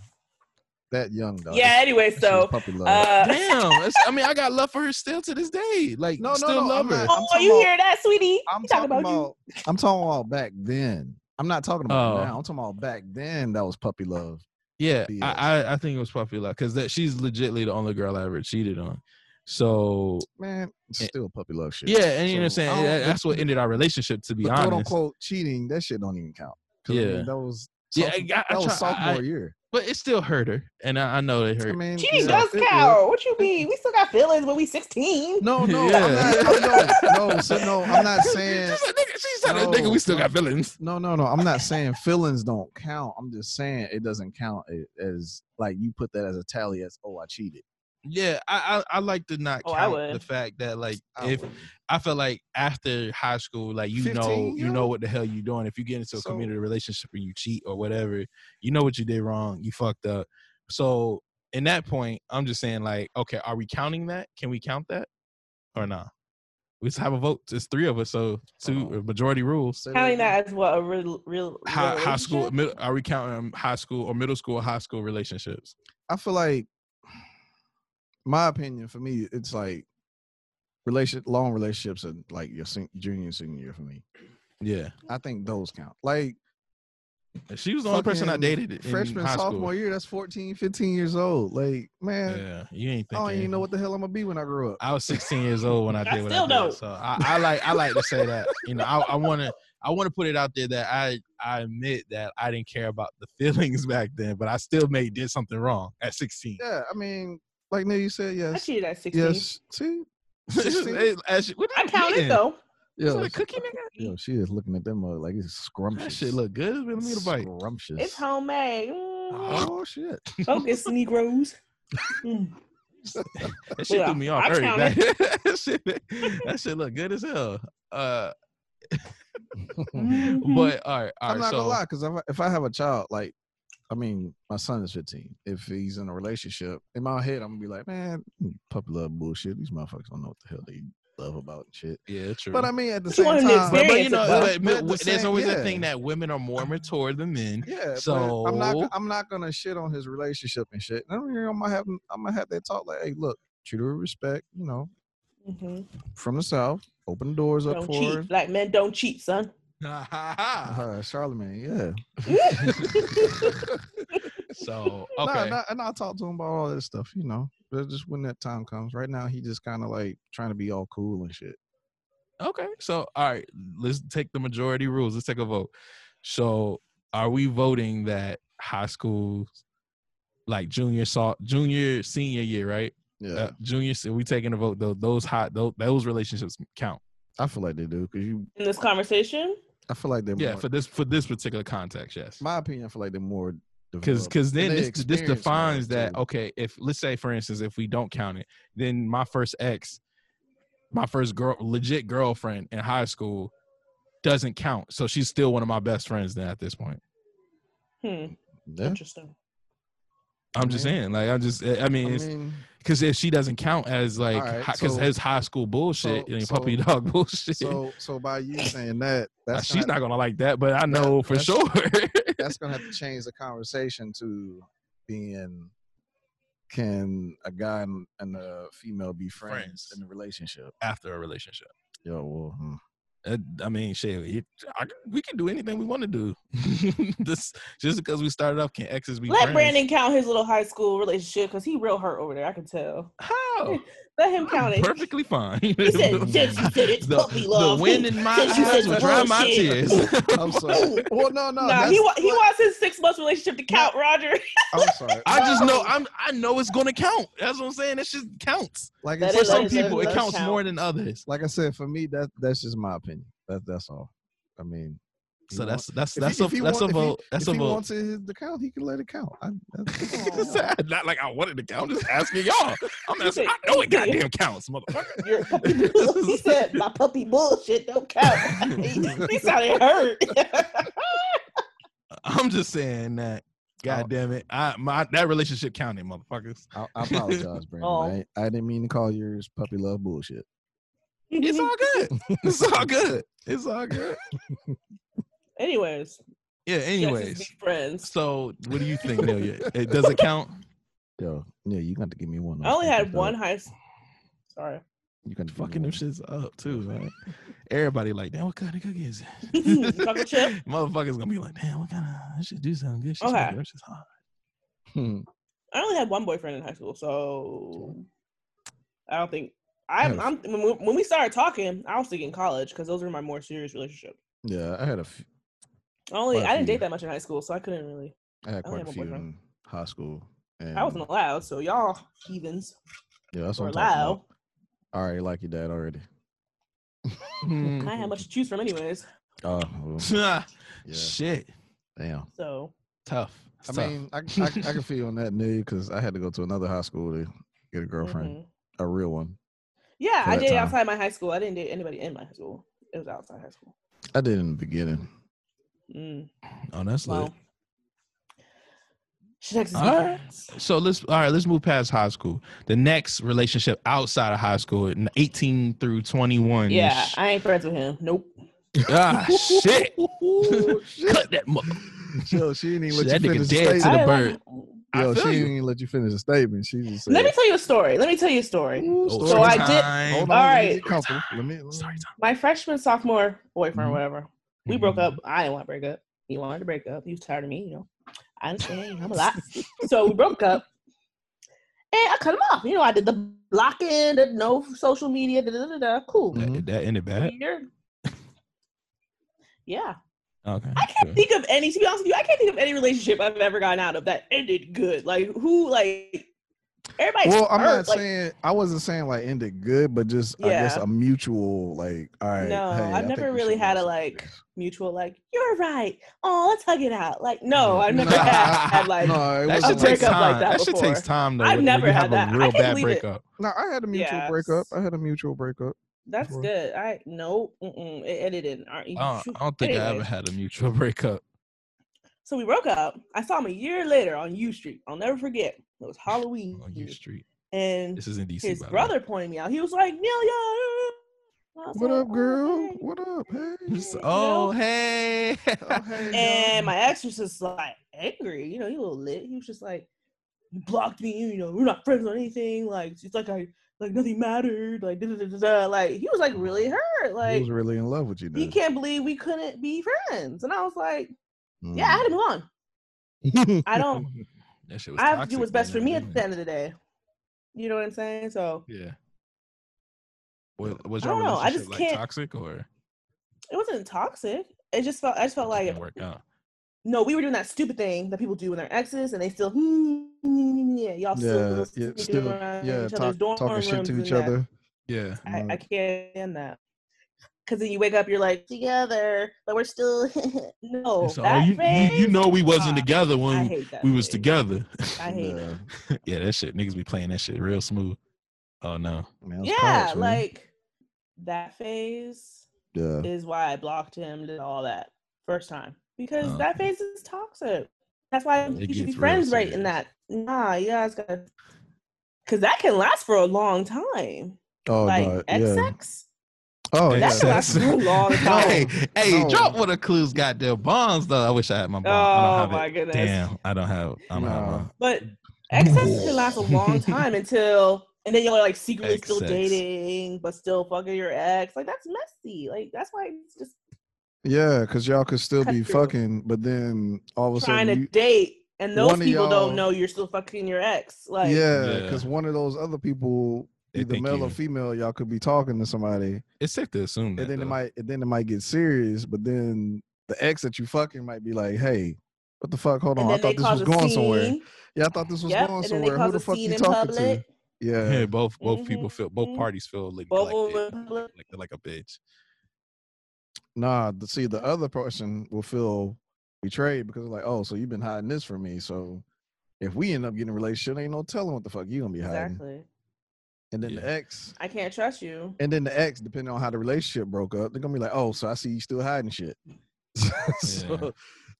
C: that young dog.
B: Yeah. Anyway,
C: That shit was
B: so.
C: puppy love.
B: Uh,
A: Damn. it's- I mean, I got love for her still to this day. Like
C: No, no,
A: still
C: no,
A: love
C: I'm
A: her.
C: not-
B: (laughs) oh,
C: talking
B: you
C: about-
B: hear that, sweetie?
C: I'm
B: He talking about you.
C: I'm talking about back then. I'm not talking about
A: Oh.
C: now. I'm talking about back then. That was puppy love.
A: Yeah,
C: BS.
A: I, I I think it was puppy love because that she's legitly the only girl I ever cheated on. So
C: Man, it's
A: Yeah.
C: still puppy love shit.
A: Eh, yeah, and you know what I'm
C: So, I
A: saying.
C: don't-
A: that- That's what ended our relationship. To be
C: but
A: honest.
C: quote unquote cheating, that shit don't even count. 'Cause, I mean,
A: Yeah.
C: that was
A: Yeah,
C: soph-
A: I- I- I
C: that was
A: try- I- I-
C: sophomore year.
A: but it still hurt her, and I, I know it hurt.
C: I
A: (laughs)
C: mean,
B: Cheating
C: yeah,
B: does
C: it- it-
B: count. What you mean? We still got feelings when we 16.
C: No, no,
A: Yeah.
C: I'm not,
A: (laughs)
C: I'm- no, no, so, no, I'm not saying.
A: She said, nigga, she said that,
C: No.
A: nigga, we still got feelings.
C: No, no, no. I'm not saying feelings don't count. I'm just saying it doesn't count it as like you put that as a tally as oh I cheated.
A: Yeah, I I, I like to not
B: Oh,
A: count
B: I
A: the
B: would.
A: fact that like
C: I
A: if
C: wouldn't.
A: I felt like after high school, like you know
C: 15,
A: you
C: yo.
A: know what the hell you doing. If you get into a
C: So-
A: community relationship and you cheat or whatever, you know what you did wrong. You fucked up. So in that point, I'm just saying like, okay, are we counting that? Can we count that or not? We just have a vote. It's three of us, so two
C: Oh.
A: majority rules.
C: Say
B: Counting
C: that again.
B: that as what a real, real
A: High, high school,
B: relationship?
A: mid, are we counting um, high school or middle school, high school relationships?
C: I feel like my opinion for me, it's like relation long relationships are like your sen- junior and senior year for me.
A: Yeah,
C: I think those count. Like
A: she was the only person I
C: fucking
A: dated in
C: freshman
A: high
C: sophomore
A: school.
C: year, that's 14, 15 years old. Like, man,
A: Yeah, you ain't
C: I
A: thinking.
C: don't even know what the hell I'm gonna be when I grow up.
A: I was 16 years old when I
B: (laughs) I
A: did what I
B: still
A: did.
B: don't.
A: So I, I like I like to say that you know I, I want to I want to put it out there that I I admit that I didn't care about the feelings (laughs) back then, but I still may did something wrong at 16.
C: yeah, I mean, like Neil, you said
B: I
C: yes.
B: cheated at 16.
C: Yes. (laughs) See?
A: (laughs) Hey, Ashley, what
B: I
A: you
B: counted
A: eating?
B: though.
A: Is
C: Yeah.
A: that a cookie, nigga?
C: Yo, she is looking at them uh, like it's scrumptious.
A: That shit look good. Let me get a bite.
C: Scrumptious.
B: It's homemade. Mm.
C: Oh shit.
B: (laughs) Focus, Negroes. Mm.
A: That shit threw me off.
B: I
A: early.
B: counted.
C: (laughs)
A: That, (laughs) that shit, that shit look good as hell. Uh,
B: Mhm.
A: but all right, all right.
C: Mm-hmm. I'm not
A: so,
C: gonna lie, because if I have a child, like, I mean, my son is 15. If he's in a relationship, in my head, I'm gonna be like, man, puppy love bullshit. These motherfuckers don't know what the hell they love about and shit.
A: yeah, true.
C: But I mean, at the
B: You
C: same
B: want
C: time,
B: an
A: but, but, you
B: experience
A: know,
B: it,
A: but,
B: but-
A: but
C: but at the
A: there's
C: same-
A: always
C: yeah.
A: that thing that women are more mature than
C: (laughs)
A: men.
C: yeah. So I'm
A: So-
C: not, I'm not gonna shit on his relationship and shit. And I'm, I'm gonna have, I'm gonna have that talk like, hey, look, treat her with respect. You know,
B: Mhm.
C: from the south, open the doors up
B: Don't
C: for her.
B: cheat. Black men don't cheat, (laughs) son.
C: Uh, Charlemagne, yeah.
A: (laughs)
C: (laughs)
A: so
C: No,
A: okay,
C: no, and I'll talk to him about all this stuff, you know. But just when that time comes. Right now, he just kind of like trying to be all cool and shit.
A: okay. So all right, let's take the majority rules. Let's take a vote. So are we voting that high school, like junior, so, junior, senior year, right?
C: Yeah,
A: Uh, junior, se- we taking a vote though. Those hot, those, those relationships count.
C: I feel like they do because you.
B: In this conversation,
C: I feel like they're
A: Yeah,
C: more.
A: for this for this particular context, yes.
C: my opinion, I feel like they're more.
A: because
C: developed.
A: because then
C: they
A: this, this
C: experience more,
A: defines that
C: too.
A: okay if let's say for instance if we don't count it then my first ex my first girl legit girlfriend in high school doesn't count so she's still one of my best friends then at this point
B: hmm,
C: Yeah,
B: interesting.
A: i'm just
C: Yeah.
A: saying like i'm just i
C: I
A: mean it's
C: mean,
A: because if she doesn't count as like
C: Alright,
A: because
C: so-
A: his high school bullshit
C: so-
A: and
C: so-
A: puppy dog (laughs) bullshit
C: so so by
A: (laughs)
C: you saying that,
A: Now,
C: that's
A: she's not, gonna like that but i know for
C: that's-
A: sure (laughs)
C: That's gonna have to change the conversation to being. Can a guy and, and a female be friends,
A: Friends.
C: in a relationship?
A: after a relationship
C: Yo, well, hmm.
A: Uh, I mean, shit, it- I- we can do anything we want to do. (laughs) this, just because we started off, can exes be
B: Let
A: friends?
B: Brandon count his little high school relationship because he real hurt over there. I can tell. (laughs)
A: How?
B: Let him
A: I'm
B: count it.
A: perfectly fine.
B: He said, "Since you
A: (laughs)
B: said it's
A: The-
B: puppy
A: the
B: love."
A: wind in my
B: Since you
A: eyes
B: said
A: will dry my
B: bullshit.
A: tears.
B: (laughs)
C: I'm (laughs) sorry. Well, no, no,
B: Nah,
C: that's-
B: he wa- he wants his six months relationship to count, Roger.
C: I'm sorry.
A: I just know I'm. I know it's gonna count. That's what I'm saying. It just counts
C: Like I
B: That
A: for
B: is-
C: said,
A: some
B: that is- that
A: people. It
B: does
A: counts
B: count.
A: more than others.
C: like I said, for me, that that's just my opinion. That that's all. I mean, he
A: So
C: want-
A: that's that's
C: if he-
A: that's
C: if he
A: a that's a
C: want- if he-
A: vote. That's
C: if
A: a
C: he
A: vote. (laughs)
C: wants it to count, he can let it count. I, that's,
A: Not like I wanted to count. I'm just asking y'all. I'm
B: He
A: asking.
B: said-
A: I know it
B: he said-
A: goddamn counts, motherfucker.
B: (laughs) Your puppy bull- he said, "My puppy bullshit don't count." (laughs) he, he sounded hurt.
A: I'm just saying that. God
C: Oh.
A: damn it! I my that relationship counted, motherfuckers.
C: I, I apologize, Brandon.
B: Oh.
C: I, I didn't mean to call yours puppy love bullshit.
B: (laughs)
A: It's (laughs) all good. (laughs) It's all good. It's all good.
B: Anyways,
A: Yeah.
B: anyways,
A: Anyways,
B: be friends.
A: so what do you think, Nelia? It does it count?
C: Yo, yeah, you got to give me one.
B: I
C: of those
B: only
C: puppy
B: had
C: love.
B: one high. s- Sorry.
C: You got
A: (laughs) Fucking
C: (laughs)
A: them shits up too, man. Everybody like, damn, what kind of cookie (laughs) is it?
B: Chocolate chip?
A: Motherfuckers gonna be like, damn, what kind of that shit do sound good? She's
B: Okay.
A: okay. She's hot.
C: shit.
B: I only had one boyfriend in high school, so I don't think
C: Yes.
B: I'm. I'm when we, when we started talking, I was thinking college because those were my more serious relationships.
C: yeah, I had a f-
B: I Only
C: Quite a
B: I didn't
C: few.
B: date that much in high school, so I couldn't really.
C: I had
B: I only have
C: quite a
B: a
C: few
B: boyfriend.
C: in high school. And
B: I wasn't allowed, so y'all heathens
C: Yeah, that's
B: were
C: what I'm talking about.
B: allowed.
C: I already like your dad already.
A: Mm-hmm. (laughs)
B: And I had much to choose from, anyways.
C: Oh, (laughs) well,
A: Ah,
C: yeah.
A: Shit,
C: Damn.
B: So
A: tough. It's
C: I
A: tough.
C: mean, I, I, I can (laughs) feel you on that, Nick, because I had to go to another high school to get a girlfriend,
B: mhm.
C: a real one.
B: yeah,
C: For
B: I
C: that
B: dated
C: time.
B: outside my high school. I didn't date anybody in my high school. It was outside high school.
C: I (laughs) did in the beginning.
B: Mm,
A: oh, that's lit.
B: well, She texts
A: All right. So let's all right. Let's move past high school. The next relationship outside of high school, n- eighteen through twenty-one.
B: Yeah, I ain't friends with him.
C: (laughs)
B: Nope.
A: ah, shit.
C: shit.
A: Cut that mother.
C: Yo, she didn't even let
A: That
C: you
A: nigga
C: finish
A: dead
C: the
A: to
C: statement.
A: the
B: I
A: bird. I
C: Yo, she
A: feel
C: didn't
A: you.
C: even let you finish the statement. She just said,
B: Let me tell you a story. Let me tell you a story.
C: Ooh,
A: Oh,
C: story
B: So I
C: time.
B: did- (laughs)
A: time.
C: Hold on,
B: All
C: let me
B: right.
C: get comfortable. Let me. Let
A: Story
C: me.
A: time.
B: My freshman, sophomore boyfriend,
A: Mhm.
B: whatever. We broke up. I didn't want to break up. He wanted to break up. He was tired of me, you know. I understand. I'm a lot. so we broke up. And I cut him off. You know, I did the blocking, the no social media, da da da da. Cool.
C: Mm-hmm.
A: That- That, ended bad.
B: Weird. Yeah.
A: Okay.
B: I can't think of any. To be honest with you, I can't think of any relationship I've ever gotten out of that ended good. Like who? Like everybody.
C: Well, I'm
B: hurt.
C: not
B: like,
C: saying I wasn't saying like ended good, but just I guess
B: Yeah.
C: a mutual like. All right.
B: No,
C: hey,
B: I've
C: I think
B: never
C: we
B: really
C: should
B: had
C: do
B: a,
C: something
B: like-
C: else.
B: mutual. Like you're right. Oh, let's hug it out. Like no, I've never
C: Nah.
B: had, had, like.
C: (laughs) no, it
A: That
B: a
A: should
C: wasn't
A: take
C: like
B: breakup
A: time.
B: like
A: that
B: that
A: shit
B: before.
A: takes time though.
B: I've
A: when- when
B: never
A: you
B: had
A: have
B: that.
A: a
B: I
A: real
B: can
A: bad
B: believe it.
A: breakup.
C: No, I had a mutual
B: Yes.
C: breakup. I had a mutual breakup.
B: That's
C: Before.
B: good. I no, mm-mm, it, it didn't. All right, you-
A: I
B: shoot.
A: don't, I don't think I ever
B: Anyways,
A: had a mutual (laughs) breakup.
B: So we broke up. I saw him a year later on U Street. I'll never forget. It was Halloween,
A: on U Street.
B: and
A: This is in DC.
B: his
A: by the way. (laughs)
B: brother pointed me out. He was like, "Neil, yo."
C: What up, girl? What up? Hey.
A: Just, oh hey.
C: Oh, hey, girl.
B: And my ex was just like angry, you know, he was lit. He was just like, "You blocked me, you know, we're not friends on anything. Like it's like I like nothing mattered. Like da da da da." Like he was like really hurt.
C: he
B: Like
C: was really in love with you.
B: he
C: Then.
B: can't believe we couldn't be friends. And I was like, "Yeah, I had to move on. (laughs)
C: Mm.
B: I don't.
A: (laughs) That shit was
B: I have to do
A: toxic
B: what's
A: though,
B: best for
A: man,
B: me
A: didn't
B: at
A: it?
B: the end of the day." You know what I'm saying? So
A: Yeah. Was, was
B: I
A: your
B: don't know, I
A: relationship
B: just
A: like
B: can't-
A: toxic or
B: it wasn't toxic. It just felt. I just felt like
A: didn't work out?
B: no, we were doing that stupid thing that people do when they're exes, and they still hmm, yeah, y'all still
C: yeah, yeah,
B: sneaking
C: still,
B: around
C: yeah,
B: each
C: talk,
B: other's dorm
C: talking shit
B: rooms
C: to
B: and
C: each
B: that.
C: other.
A: Yeah.
B: I,
C: Mm.
B: I can't stand that. Because then you wake up, you're like together, but we're still (laughs) no.
A: It's all,
B: that
A: oh, you, you, you
B: phase?
A: know we wasn't
B: Ah,
A: together
B: I
A: when
B: hate that.
A: we was
B: phase.
A: together. (laughs)
B: I hate
C: Yeah,
B: that.
A: yeah, that shit. Niggas be playing that shit real smooth. Oh no.
C: man, it's
B: Yeah,
C: college, man.
B: like that phase
C: yeah.
B: is why I blocked him and all that first time because
A: Oh,
B: that phase is toxic. That's why
A: It
B: you should
A: gets
B: be
A: real
B: friends, right?
A: serious.
B: In that, nah, you guys gotta, because that can last for a long time.
C: Oh
B: like
C: no,
B: ex
C: yeah.
B: sex,
C: Oh
B: That
C: yeah.
B: That's can last
C: (laughs)
B: for a long time.
A: hey, hey,
C: No.
A: drop one of Clues got their bonds though. I wish I had my
B: Oh
A: bond. I don't
B: my
A: have it.
B: goodness.
A: Damn, I don't have. I don't have
C: Nah.
A: mine.
C: (laughs)
B: But excess can last a long time until, and then you're like secretly still
A: Ex-sex.
B: dating, but still fucking your ex. Like that's messy. Like that's why it's just
C: Yeah, because y'all could still
B: Cut
C: be
B: through.
C: fucking, but then all of a
B: trying to
C: sudden, you,
B: date, and those
C: one of
B: people
C: y'all-
B: don't know you're still fucking your ex. Like
C: yeah,
A: Yeah.
C: because one of those other people,
A: They
C: either
A: think
C: male or
A: you-
C: female, y'all could be talking to somebody,
A: It's safe to assume that.
C: and then it
A: though.
C: might, and then it might get serious. But then the ex that you fucking might be like, "Hey, what the fuck? Hold on,
B: and
C: I
B: then they
C: thought this
B: cause
C: was
B: a
C: going
B: scene.
C: somewhere. Yeah, I thought this was
B: Yep,
C: going
B: and then they
C: somewhere.
B: cause
C: Who the
B: a
C: fuck
B: scene
C: you
B: in
C: talking
B: public.
C: to? Yeah,
A: (laughs) Yeah, both both people feel both
B: Mhm.
A: parties feel like,
B: Both
A: neglected,
B: women in public.
A: like, like a bitch.
C: nah. The, see, the other person will feel betrayed because like, oh, so you've been hiding this from me. So if we end up getting a relationship, ain't no telling what the fuck you gonna be hiding.
B: Exactly.
C: And then
A: Yeah.
C: the ex.
B: I can't trust you.
C: And then the ex, depending on how the relationship broke up, they're gonna be like, "Oh, so I see you still hiding shit." (laughs) so,
A: Yeah.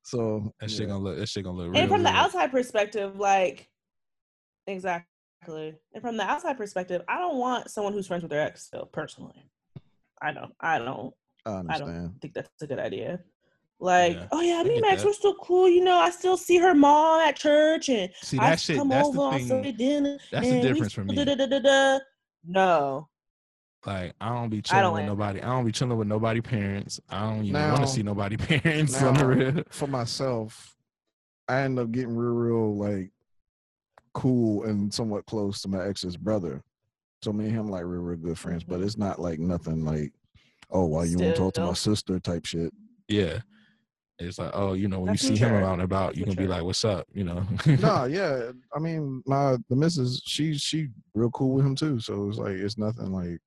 C: so
A: That shit
C: yeah.
A: gonna look. That shit gonna look. real
B: and from the
A: weird.
B: outside perspective, like exactly. And from the outside perspective, I don't want someone who's friends with their ex still personally. I don't. I don't
C: I understand.
B: think that's a good idea. Like,
A: Yeah,
B: oh yeah, me
A: get
B: and Max,
A: that.
B: we're still cool. You know, I still see her mom at church, and
A: See
B: I
A: that
B: still
A: shit.
B: come
A: That's
B: over
A: the
B: on Sunday
A: thing.
B: dinner.
A: That's the
B: and we
A: difference for
B: still
A: me.
B: Da, da, da, da, da. No,
A: Like I don't be chilling with
B: like that.
A: nobody. I don't be chilling with nobody parents. I don't even want
C: Now-
A: to see nobody (laughs) parents on the
C: now-
A: real.
C: For myself, I end up getting real, real like cool and somewhat close to my ex's brother. So me and him like real, real good friends, but
B: Mhm.
C: it's not like nothing like, "Oh, why you won't talk to my sister?" type shit.
A: Yeah. It's like, oh, you know, when
B: That's
A: you see him
B: mature.
A: around and about,
B: That's
A: you're gonna be
B: mature.
A: like, "What's up?" You know.
C: no, yeah. I mean, my the missus, she she real cool with him too. So it's like it's nothing like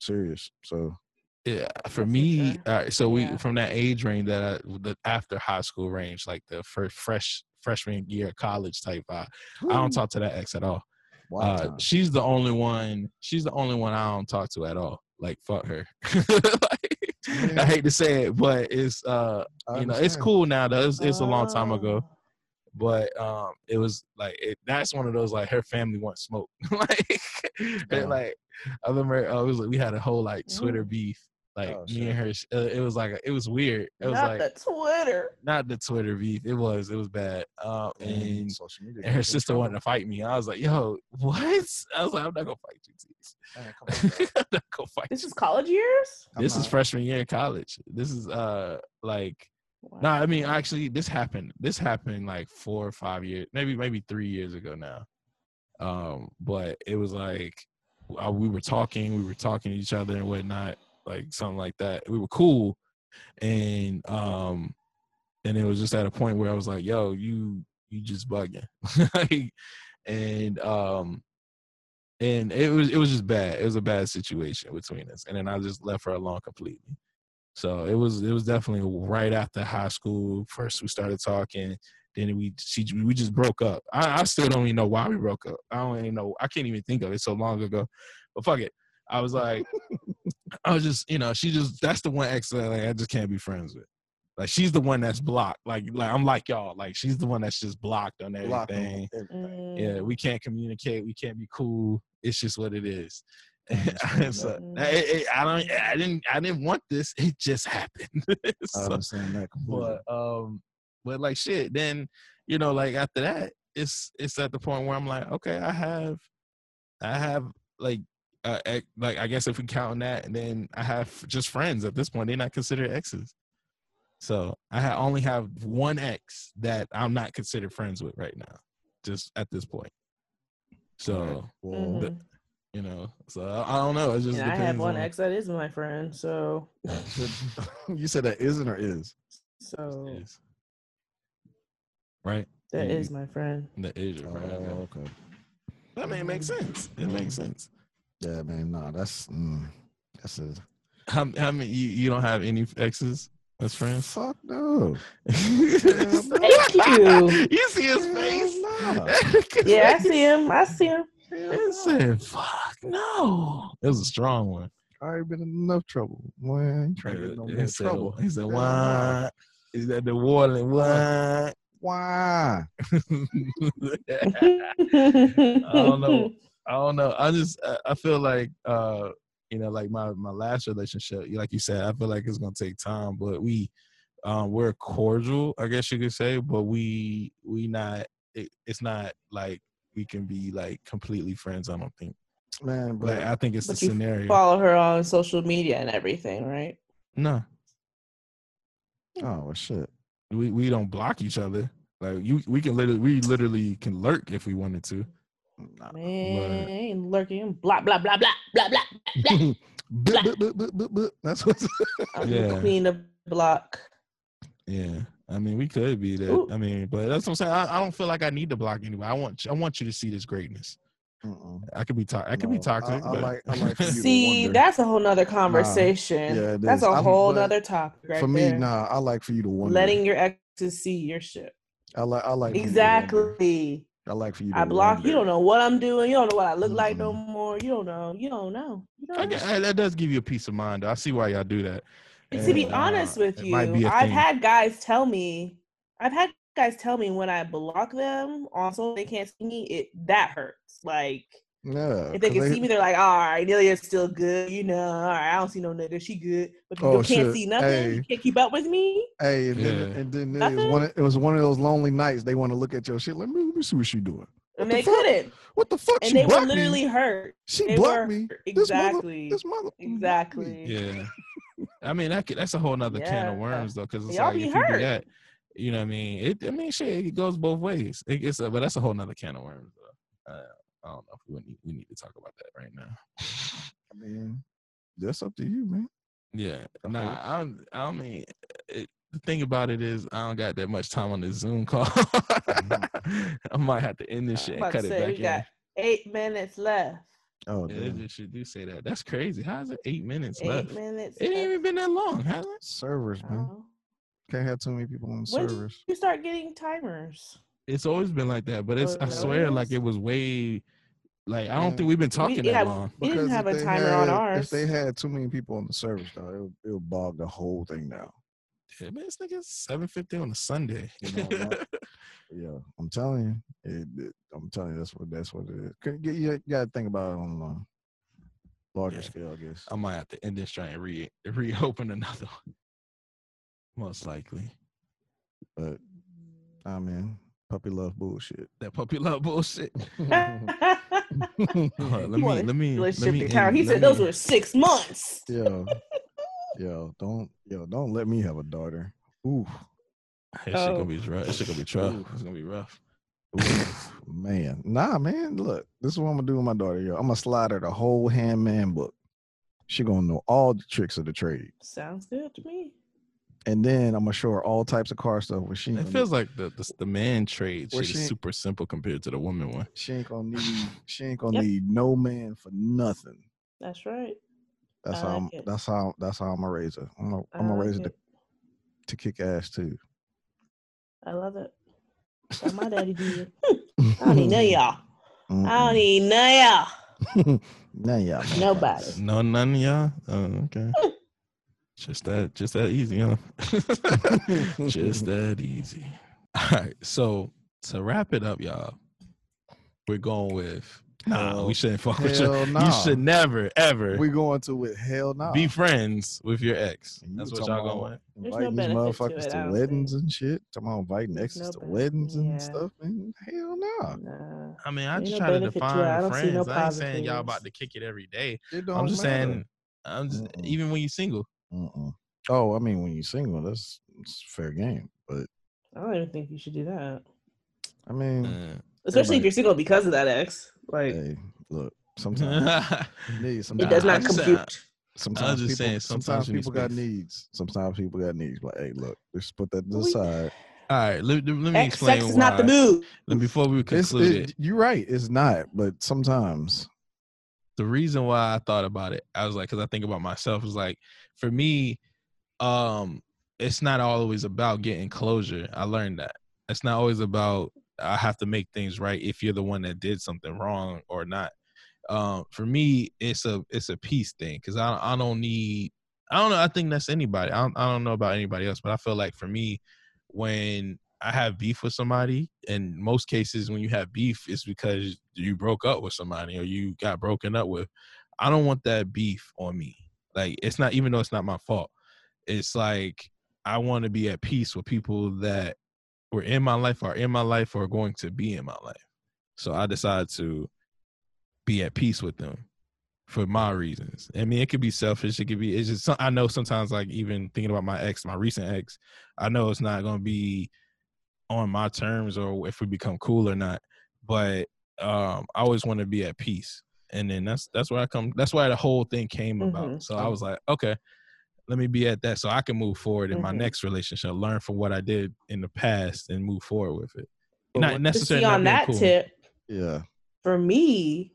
C: serious. So
A: (laughs) yeah. For
B: That's
A: me,
B: mature.
A: all right, so we
B: Yeah.
A: from that age range that I, the after high school range, like the first fresh freshman year of college type vibe. I don't talk to that ex at all.
C: Wild
A: Uh,
C: time.
A: she's the only one. She's the only one I don't talk to at all. Like fuck her. (laughs) Like, I hate to say it, but it's uh,
C: I
A: you know, it's
C: understand. Uh.
B: Uh,
A: cool now. Though it's, it's a long time ago. But um, it was like it, that's one of those like her family wants smoke. (laughs) like,
C: Damn.
A: and, like I remember uh, it was like we had a whole like Twitter beef. Like
C: Mm-hmm. Oh,
A: me and her, sh- uh, it was like it was weird. It was like
B: Not the Twitter.
A: not the Twitter beef. It was it was bad. Uh, and
C: social media.
A: and her sister wanted to fight me. I was like, yo, what? (laughs) I was like, I'm not gonna fight you, T's. (laughs) I'm not gonna fight
B: This
A: you.
B: is college years.
A: this is freshman year in college. This is uh like
B: Wow.
A: no, I mean actually this happened. This happened like four or five years, maybe maybe three years ago now. Um, but it was like uh, we were talking, we were talking to each other and whatnot, like something like that. We were cool, and um, and it was just at a point where I was like, "Yo, you you just bugging," (laughs) like, and um, and it was it was just bad. It was a bad situation between us, and then I just left her alone completely. So it was it was definitely right after high school. First we started talking. Then we she we just broke up. I, I still don't even know why we broke up. I don't even know. I can't even think of it so long ago. But fuck it. I was like, I was just you know she just that's the one ex that like, I just can't be friends with. Like she's the one that's blocked. Like like I'm like y'all. Like she's the one that's just blocked on everything
C: Blocking everything.
B: Mm.
A: yeah, we can't communicate. We can't be cool. It's just what it is. (laughs) And so,
B: Mm.
A: it- it- I don't. I didn't. I didn't want this. It just happened. (laughs)
C: I
A: So,
C: understand that completely.
A: but um, but like shit. Then you know, like after that, it's it's at the point where I'm like, okay, I have, I have like. Uh, ex- like I guess if we count that, then I have just friends at this point. They're not considered exes, so I ha- only have one ex that I'm not considered friends with right now, just at this point. So
C: Well,
B: Mhm.
A: you know, so I, I don't know. It just
B: And I have
A: depends
B: one
A: on- (laughs)
B: ex that is my friend. So,
C: (laughs) you said that isn't or is?
B: so
A: Yes. Right?
B: that
A: You-
B: is my friend.
A: The Asia, right?
C: Oh,
A: Okay.
C: okay.
A: I mean, it makes sense. It makes sense.
C: Yeah, man. Nah, that's mm, that's a
A: How, how many, you, you don't have any exes as friends? (laughs)
C: fuck no.
A: you (laughs)
B: Thank you.
A: see his face? (laughs)
C: Hell nah.
B: Yeah, I see him. I see him.
A: It
B: (laughs)
A: said, fuck no. It was a strong one.
C: I already been in enough trouble. Man, you trying to get no man in
A: He said,
C: trouble?
A: he said,
C: Hell nah.
A: what? Is that the Orleans? What?
C: Why?
A: (laughs) I don't know. I don't know. I just I- I feel like uh you know like my my last relationship, like you said, I feel like it's gonna take time, but we um we're cordial, I guess you could say, but we we not it, it's not like we can be like completely friends. I don't think.
C: Man,
A: But
C: but
A: I think it's the
B: But you
A: scenario.
B: Follow her on social media and everything, right?
A: no,
C: oh well, shit.
A: we we don't block each other. Like you, we can literally we literally can lurk if we wanted to.
C: Nah.
B: Man, ain't lurking. Blah blah blah blah blah blah. blah.
A: (laughs)
C: Bup, bup, bup, bup, bup, bup. That's what's
B: I'm
A: Yeah.
B: the queen of the block.
A: Yeah, I mean, we could be that.
B: Ooh.
A: I mean, but that's what I'm saying. I, I don't feel like I need to block anybody. I want I want you to see this greatness.
C: Mm-mm.
A: I could be to- I could be
C: No, I-
A: toxic.
C: I
A: but-
C: like- I like for You to
B: See,
C: wonder.
B: that's a whole nother conversation.
C: Yeah, it
B: that's
C: is.
B: a
C: I'm-
B: whole
C: but
B: nother topic, right
C: For me,
B: there.
C: nah. I like for you to wonder.
B: Letting your exes see your
C: (laughs)
B: shit.
C: I like. I like for you to wonder.
B: Exactly.
C: I like for you. To
B: I block. You don't
C: wonder. Mm-hmm.
B: know what I'm doing. You don't know what I look like no more. You don't know. You don't know. You
A: (laughs) I
B: don't know.
A: guess- I- that does give you a peace of mind. Though. I see why y'all do that.
B: And to be
A: And, uh,
B: honest with
A: it
B: you,
A: might
B: I've
A: be a thing.
B: had guys tell me, I've had guys tell me when I block them, also they can't see me. It that hurts. Like
C: Yeah.
B: if they
C: Uh, 'cause
B: can see me, they're like, all right, Nelia's still good, you know. All right, I don't see no nigga, she good, but you
C: Oh,
B: can't
C: shit.
B: see nothing. You
C: Hey.
B: can't keep up with me.
C: Hey, and then,
A: Yeah.
C: and then it was
B: Nothing?
C: one. Of, it was one of those lonely nights. They want to look at your shit. Let me let me see what she doing.
B: And
C: the
B: they
C: fuck?
B: couldn't,
C: What the fuck?
B: and
C: she
B: they were
C: blocked
B: literally
C: me.
B: hurt.
C: She
B: They
C: blocked
B: were
C: me. This mother.
B: exactly,
C: This mother. mm, blocked me.
B: exactly. (laughs)
A: Yeah, I mean, that could, that's a whole nother can of
B: Yeah. uh,
A: worms though, because it's
B: Y'all
A: like
B: be
A: if you do
B: hurt.
A: that, you know what I mean. It I mean, shit, it goes both ways. It, it's a, but that's a whole nother can of worms. Though. Uh, I don't know if we need we need to talk about that right now.
C: I mean, that's up to you, man.
A: Yeah, nah, I don't- I don't mean, it, the thing about it is I don't got that much time on this Zoom call. (laughs) I might have to end this shit
B: I'm
A: and
B: Mm-hmm. about to
A: cut it
B: say
A: back
B: we
A: in.
B: got eight minutes left.
C: Oh,
A: Yeah,
C: damn.
A: this shit do say that. That's crazy. How is it eight minutes
B: Eight
A: left?
B: minutes.
A: It ain't
B: left.
A: even been that long, has it?
C: servers, man.
B: Oh.
C: Can't have too many people on
B: When did
C: servers.
B: you start getting timers?
A: It's always been like that, but it's
B: Oh,
A: I swear like
B: yes.
A: it was way like I don't
C: Yeah.
A: think we've been talking
B: yeah,
A: that long.
B: We didn't
C: Because
B: Mm-hmm. have
C: if
B: a
C: they
B: timer on
C: had-
B: ours.
A: (laughs)
B: (laughs)
C: If they had too many people on the service, though, it would, it would bog the whole thing down.
A: Yeah, man, this nigga's seven fifty on a Sunday. (laughs)
C: You know, and that- Yeah, I'm telling you. It, it- I'm telling you, that's what that's what it is. Could- You, you gotta think about it on a larger
A: Yeah. Uh,
C: scale, I guess.
A: I might have to end this try and re reopen another (laughs) one. Most likely.
C: But I mean, puppy
A: (laughs)
C: love bullshit.
A: That puppy love
B: (laughs)
A: bullshit. (laughs) Hold on,
B: You want
A: let
B: a
A: me let me let
B: relationship
A: me
B: to Tyra.
A: end-
B: He
A: let
B: said
A: me-
B: those were six months.
C: yeah, yeah. Don't yo, don't let me have a daughter. Ooh,
A: That shit
B: Oh.
A: gonna be rough. That shit gonna be tough.
C: Ooh.
A: It's gonna be rough.
C: Ooh, man, nah, man. Look, this is what I'm gonna do with my daughter. Yo, I'm gonna slide her the whole hand man book. She gonna know all the tricks of the trade,
B: Sounds good to me.
C: and then I'm gonna show her all types of car stuff. Where she
A: It
C: ain't-
A: feels like the the, the man trade
C: Well,
A: shit
C: she-
A: is super simple compared to the woman one.
C: She
B: (sighs)
C: ain't gonna need. She ain't gonna
B: Yep.
C: need no man for nothing.
B: That's right.
C: That's
B: I
C: how.
B: like
C: I'm,
B: it.
C: that's how. That's how I'm gonna raise her. I'm gonna,
B: I
C: I'm gonna
B: like
C: raise her to,
B: it.
C: to kick ass too.
B: I love it. That's what my
A: (laughs)
B: daddy did. I don't need none of y'all. I don't
C: (laughs) Mm-mm.
B: need none of y'all.
C: None of y'all.
B: Nobody.
C: motherfuckers.
A: No, none of y'all. Oh, okay. just that, just that easy, huh? (laughs) just that easy. All right. So to wrap it up, y'all, we're going with. Nah,
C: Hell-
A: we shouldn't fuck with you. (laughs)
C: Hell no.
A: You should never, ever
C: We going to it. Hell no.
A: be friends with your ex.
C: You
A: That's what
C: talking
A: y'all
C: about
A: going with.
B: There's
C: Inviting
B: no benefit
C: these
B: to it,
C: motherfuckers
B: I
C: to,
B: don't
C: weddings
B: think.
C: and shit. Talking about inviting
B: There's
C: exes
B: no
C: to
B: benefit,
C: weddings
B: yeah.
C: and stuff. Man, hell no.
B: Nah.
A: I mean, I
B: Ain't
A: just
B: no
A: try to
B: benefit to it.
A: define
B: I don't see
A: friends.
B: no
A: I ain't saying y'all about
B: positives.
A: to kick it every day.
C: It don't
A: I'm just
C: matter.
A: saying, I'm just
C: Mm-mm.
A: even when you're single.
C: Mm-mm. Oh, I mean, when you're single, that's it's fair game. But
B: I don't even think you should do that.
C: I mean,
A: Uh,
B: Especially
C: Everybody-
B: if you're single because of that ex. Like,
C: hey, look. Sometimes
A: Uh, I'm
B: it
C: needs. Sometimes,
B: does
A: Nah, uh,
B: not
A: I'm saying-
B: compute.
C: sometimes
A: just
C: people,
A: saying, sometimes
C: sometimes,
A: you need
C: people got
A: space.
C: needs. Sometimes people got needs. Like, hey, look, let's put that to the
B: We-
C: side.
A: (laughs) All right, let, let me
B: Ex
A: explain
B: sex is
A: why.
B: not the move.
A: Let- Before we
C: It's,
A: conclude
C: it,
A: it,
C: you're right. It's not. But sometimes,
A: the reason why I thought about it, I was like, because I think about myself, is like, for me, um, it's not always about getting closure. I learned that it's not always about I have to make things right if you're the one that did something wrong or not. Um, for me, it's a it's a peace thing because I I don't need I don't know I think that's anybody I don't, I don't know about anybody else, but I feel like for me, when I have beef with somebody, and most cases when you have beef, it's because you broke up with somebody or you got broken up with. I don't want that beef on me. Like it's not even though it's not my fault. It's like I want to be at peace with people that were in my life, are in my life, or going to be in my life. So I decide to be at peace with them for my reasons. I mean, it could be selfish. It could be. It's just. some- I know sometimes, like even thinking about my ex, my recent ex, I know it's not going to be on my terms or if we become cool or not. But um, I always want to be at peace, and then that's that's where I come. That's why the whole thing came about.
B: Mhm.
A: So I was like, okay, let me be at that, so I can move forward in my
B: Mhm.
A: next relationship, learn from what I did in the past, and move forward with it.
C: But
A: not
C: what-
B: To
A: necessarily
B: see
A: not
B: on
A: being
B: that
A: cool.
B: tip,
C: yeah.
B: for me,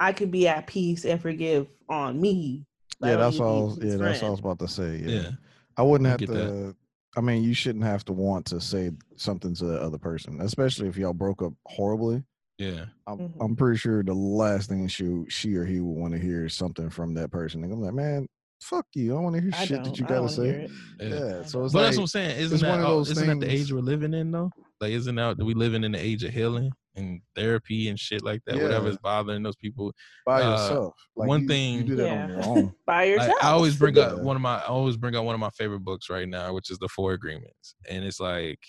B: I could be at peace and forgive on me. Like, I
C: Yeah,
B: don't
C: that's
B: even need
C: all.
B: his
C: Yeah, that's all I
B: friend.
C: was about to say. Yeah,
A: Yeah.
C: I wouldn't
A: I
C: have to.
A: get that.
C: I mean, you shouldn't have to want to say something to the other person, especially if y'all broke up horribly.
A: Yeah.
C: I'm,
B: Mhm.
C: I'm pretty sure the last thing she, she or he would want to hear is something from that person. And I'm like, man, fuck you. I don't want to hear
B: I
C: shit that
B: don't-
C: you
B: I don't
C: gotta
B: wanna hear
C: say.
B: it.
A: Yeah.
C: Yeah,
B: I
C: so it's
A: But
C: like,
A: that's what I'm saying. Isn't
C: it's
A: that
C: one of
A: all-
C: those
A: isn't that the
C: things-
A: age we're living in though? Like isn't that we living in the age of healing and therapy and shit like that? Whatever
C: Yeah.
A: is bothering those people.
C: by
A: uh,
C: yourself. Like
A: one
C: you, you
A: thing-
C: do that
B: Yeah.
C: on your
B: (laughs)
C: own.
A: Like,
B: By yourself.
A: I always bring up
C: Yeah.
A: one of my I always bring out one of my favorite books right now, which is The Four Agreements. And it's like,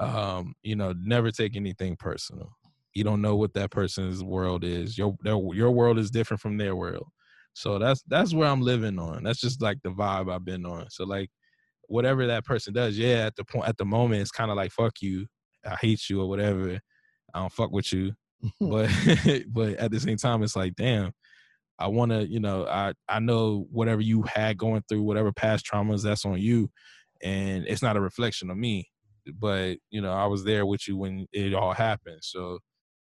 A: um, you know, never take anything personal. You don't know what that person's world is. Your their, your world is different from their world. So that's that's where I'm living on. That's just like the vibe I've been on. So like whatever that person does, yeah, at the point at the moment it's kind of like fuck you, I hate you or whatever. I don't fuck with
B: (laughs)
A: you. But (laughs) but at the same time it's like damn, I want to, you know, I I know whatever you had going through, whatever past traumas that's on you and it's not a reflection of me, but you know, I was there with you when it all happened. So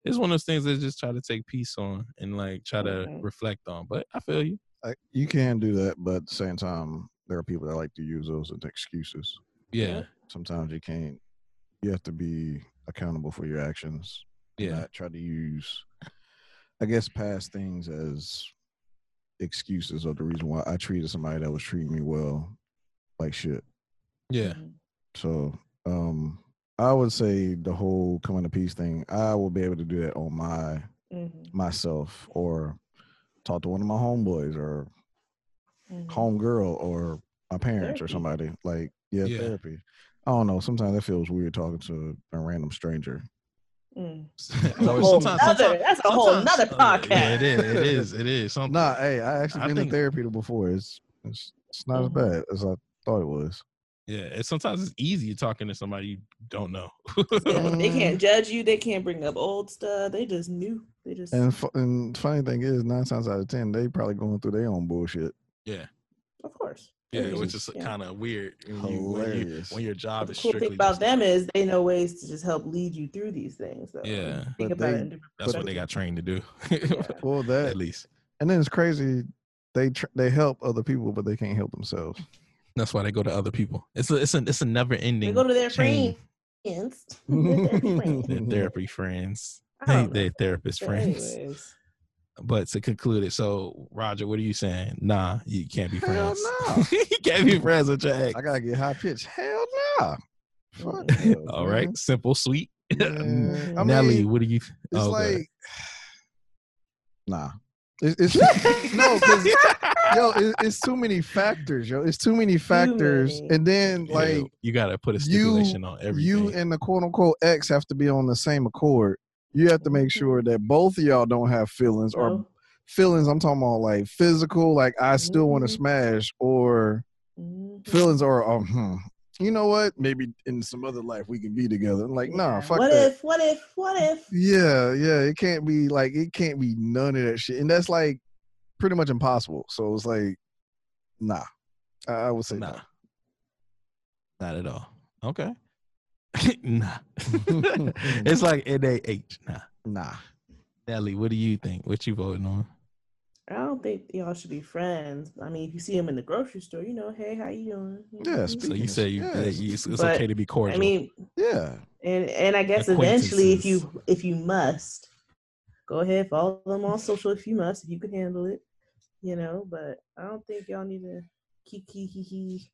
A: it's one of those things that just try to take peace on and like try to
B: Mhm.
A: reflect on. But I feel you.
C: I, you can do that, but at the same time, there are people that like to use those as excuses.
A: Yeah.
C: sometimes you can't you have to be accountable for your actions and
A: Yeah.
C: not try to use i guess past things as excuses or the reason why i treated somebody that was treating me well like shit
A: Yeah.
B: Mhm.
C: so um I would say the whole coming to peace thing. I will be able to do that on my
B: Mm-hmm.
C: myself or talk to one of my homeboys or
B: mm-hmm,
C: homegirl or my parents or
B: Therapy.
C: somebody. Like, yeah,
A: Yeah.
C: therapy. I don't know. Sometimes that feels weird talking to a random stranger.
A: (laughs)
B: That's a
A: Or
B: mm-hmm. whole
A: sometimes-
B: nother. Oh,
A: sometimes-
B: That's a whole
A: sometimes-
B: nother
A: uh,
B: (laughs) podcast.
A: yeah, it is. It is. It
B: (laughs)
A: is. Something.
C: Nah, hey, I actually
A: I
C: been
A: think-
C: to therapy before. It's it's, it's
A: Oh.
C: not
B: Mhm.
C: as bad as I thought it was.
A: Yeah, it's, sometimes it's easier talking to somebody you don't know.
B: Yeah, they
C: Mm.
B: can't judge you. They can't bring up old stuff. They just knew. They just
C: And fu- and funny thing is, nine times out of ten, they probably going through their own bullshit.
B: of course.
A: yeah,
B: Everything.
A: which is
B: Yeah.
A: kind of weird when, you, when, you,
C: Hilarious.
A: when your job
B: But the
A: is
B: cool
A: strictly.
B: thing about
A: just-
B: them is they know ways to just help lead you through these things. Though.
A: Yeah.
B: Think
C: But
B: about
C: they-
B: it. In different
A: that's what
B: perspectives.
A: they got trained to do,
B: Yeah.
A: (laughs)
C: Well,
A: at
C: that
A: least.
C: and then it's crazy. They tr- they help other people, but they can't help themselves.
A: That's why they go to other people. It's a it's a it's a never
B: They
A: ending
B: go to their
A: chain.
C: (laughs)
B: friends. (laughs) Their friends.
C: Mm-hmm.
A: Their therapy friends,
B: I
A: they
B: don't know.
A: their therapist
B: But
A: friends.
B: anyways.
A: But to conclude it, so Roger, what are you saying? Nah, you can't be
C: Hell
A: friends.
C: no.
A: (laughs) you can't be friends with your ex.
C: I gotta get high pitched. Hell nah.
A: (laughs)
C: Fuck no,
A: All right,
C: man.
A: simple, sweet. (laughs)
C: Yeah. I
A: Nelly,
C: mean,
A: what do you?
C: it's
A: oh, go ahead.
C: like (sighs) nah. It's, it's (laughs) no, 'cause, yo, it, it's too many factors, yo. It's too many factors,
B: many.
C: and then
A: Yeah,
C: like
A: you gotta put a
C: you-
A: stipulation on everything.
C: you and the quote unquote ex have to be on the same accord. You have to make sure that both of y'all don't have feelings or
B: So,
C: feelings. I'm talking about like physical, like I still want to
B: Mhm.
C: smash, or
B: mhm.
C: feelings or um, hmm, you know what? Maybe in some other life we can be together. I'm like, nah,
B: Yeah.
C: fuck
B: What
C: that.
B: if? What if? What if?
C: yeah, yeah. It can't be like it can't be none of that shit, and that's like pretty much impossible. So it's like, nah. I, I would say
A: nah,
C: nah.
A: not at all. Okay, (laughs)
C: (laughs)
A: nah. it's like it ain't H. Nah,
C: Nah.
A: Nelly, what do you think? What you voting on?
B: I don't think y'all should be friends. I mean, if you see them in the grocery store, you know, hey, how you doing? You know,
C: Yeah,
B: you-
C: speak-
A: So you say you,
C: Yes.
A: that you- it's, it's
B: But,
A: okay to be
B: I
A: cordial.
B: mean,
C: Yeah.
B: and and I guess eventually, if you
A: Acquaintances.
B: if you must, go ahead, follow them on social if you must, if you can handle it, you know. But I don't think y'all need to kiki hee hee.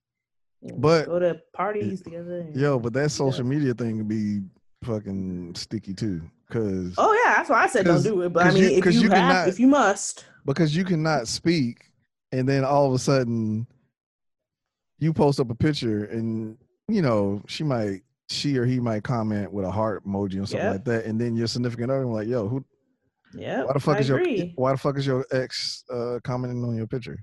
B: you know,
C: But-
B: go to parties together. and-
C: Yo, but that
B: does.
C: social media thing can be fucking sticky too, cause
B: Oh yeah, that's why I said don't
C: 'Cause-
B: do it. But I
C: 'cause you-
B: mean, if
C: 'cause
B: you,
C: you
B: have,
C: cannot-
B: if you must,
C: because you cannot speak, and then all of a sudden, you post up a picture, and you know she might, she or he might comment with a heart emoji and something
B: Yep.
C: like that, and then your significant other like, yo, who?
B: yeah.
C: Why the fuck
B: I
C: is your?
B: agree.
C: Why the fuck is your ex uh, commenting on your picture?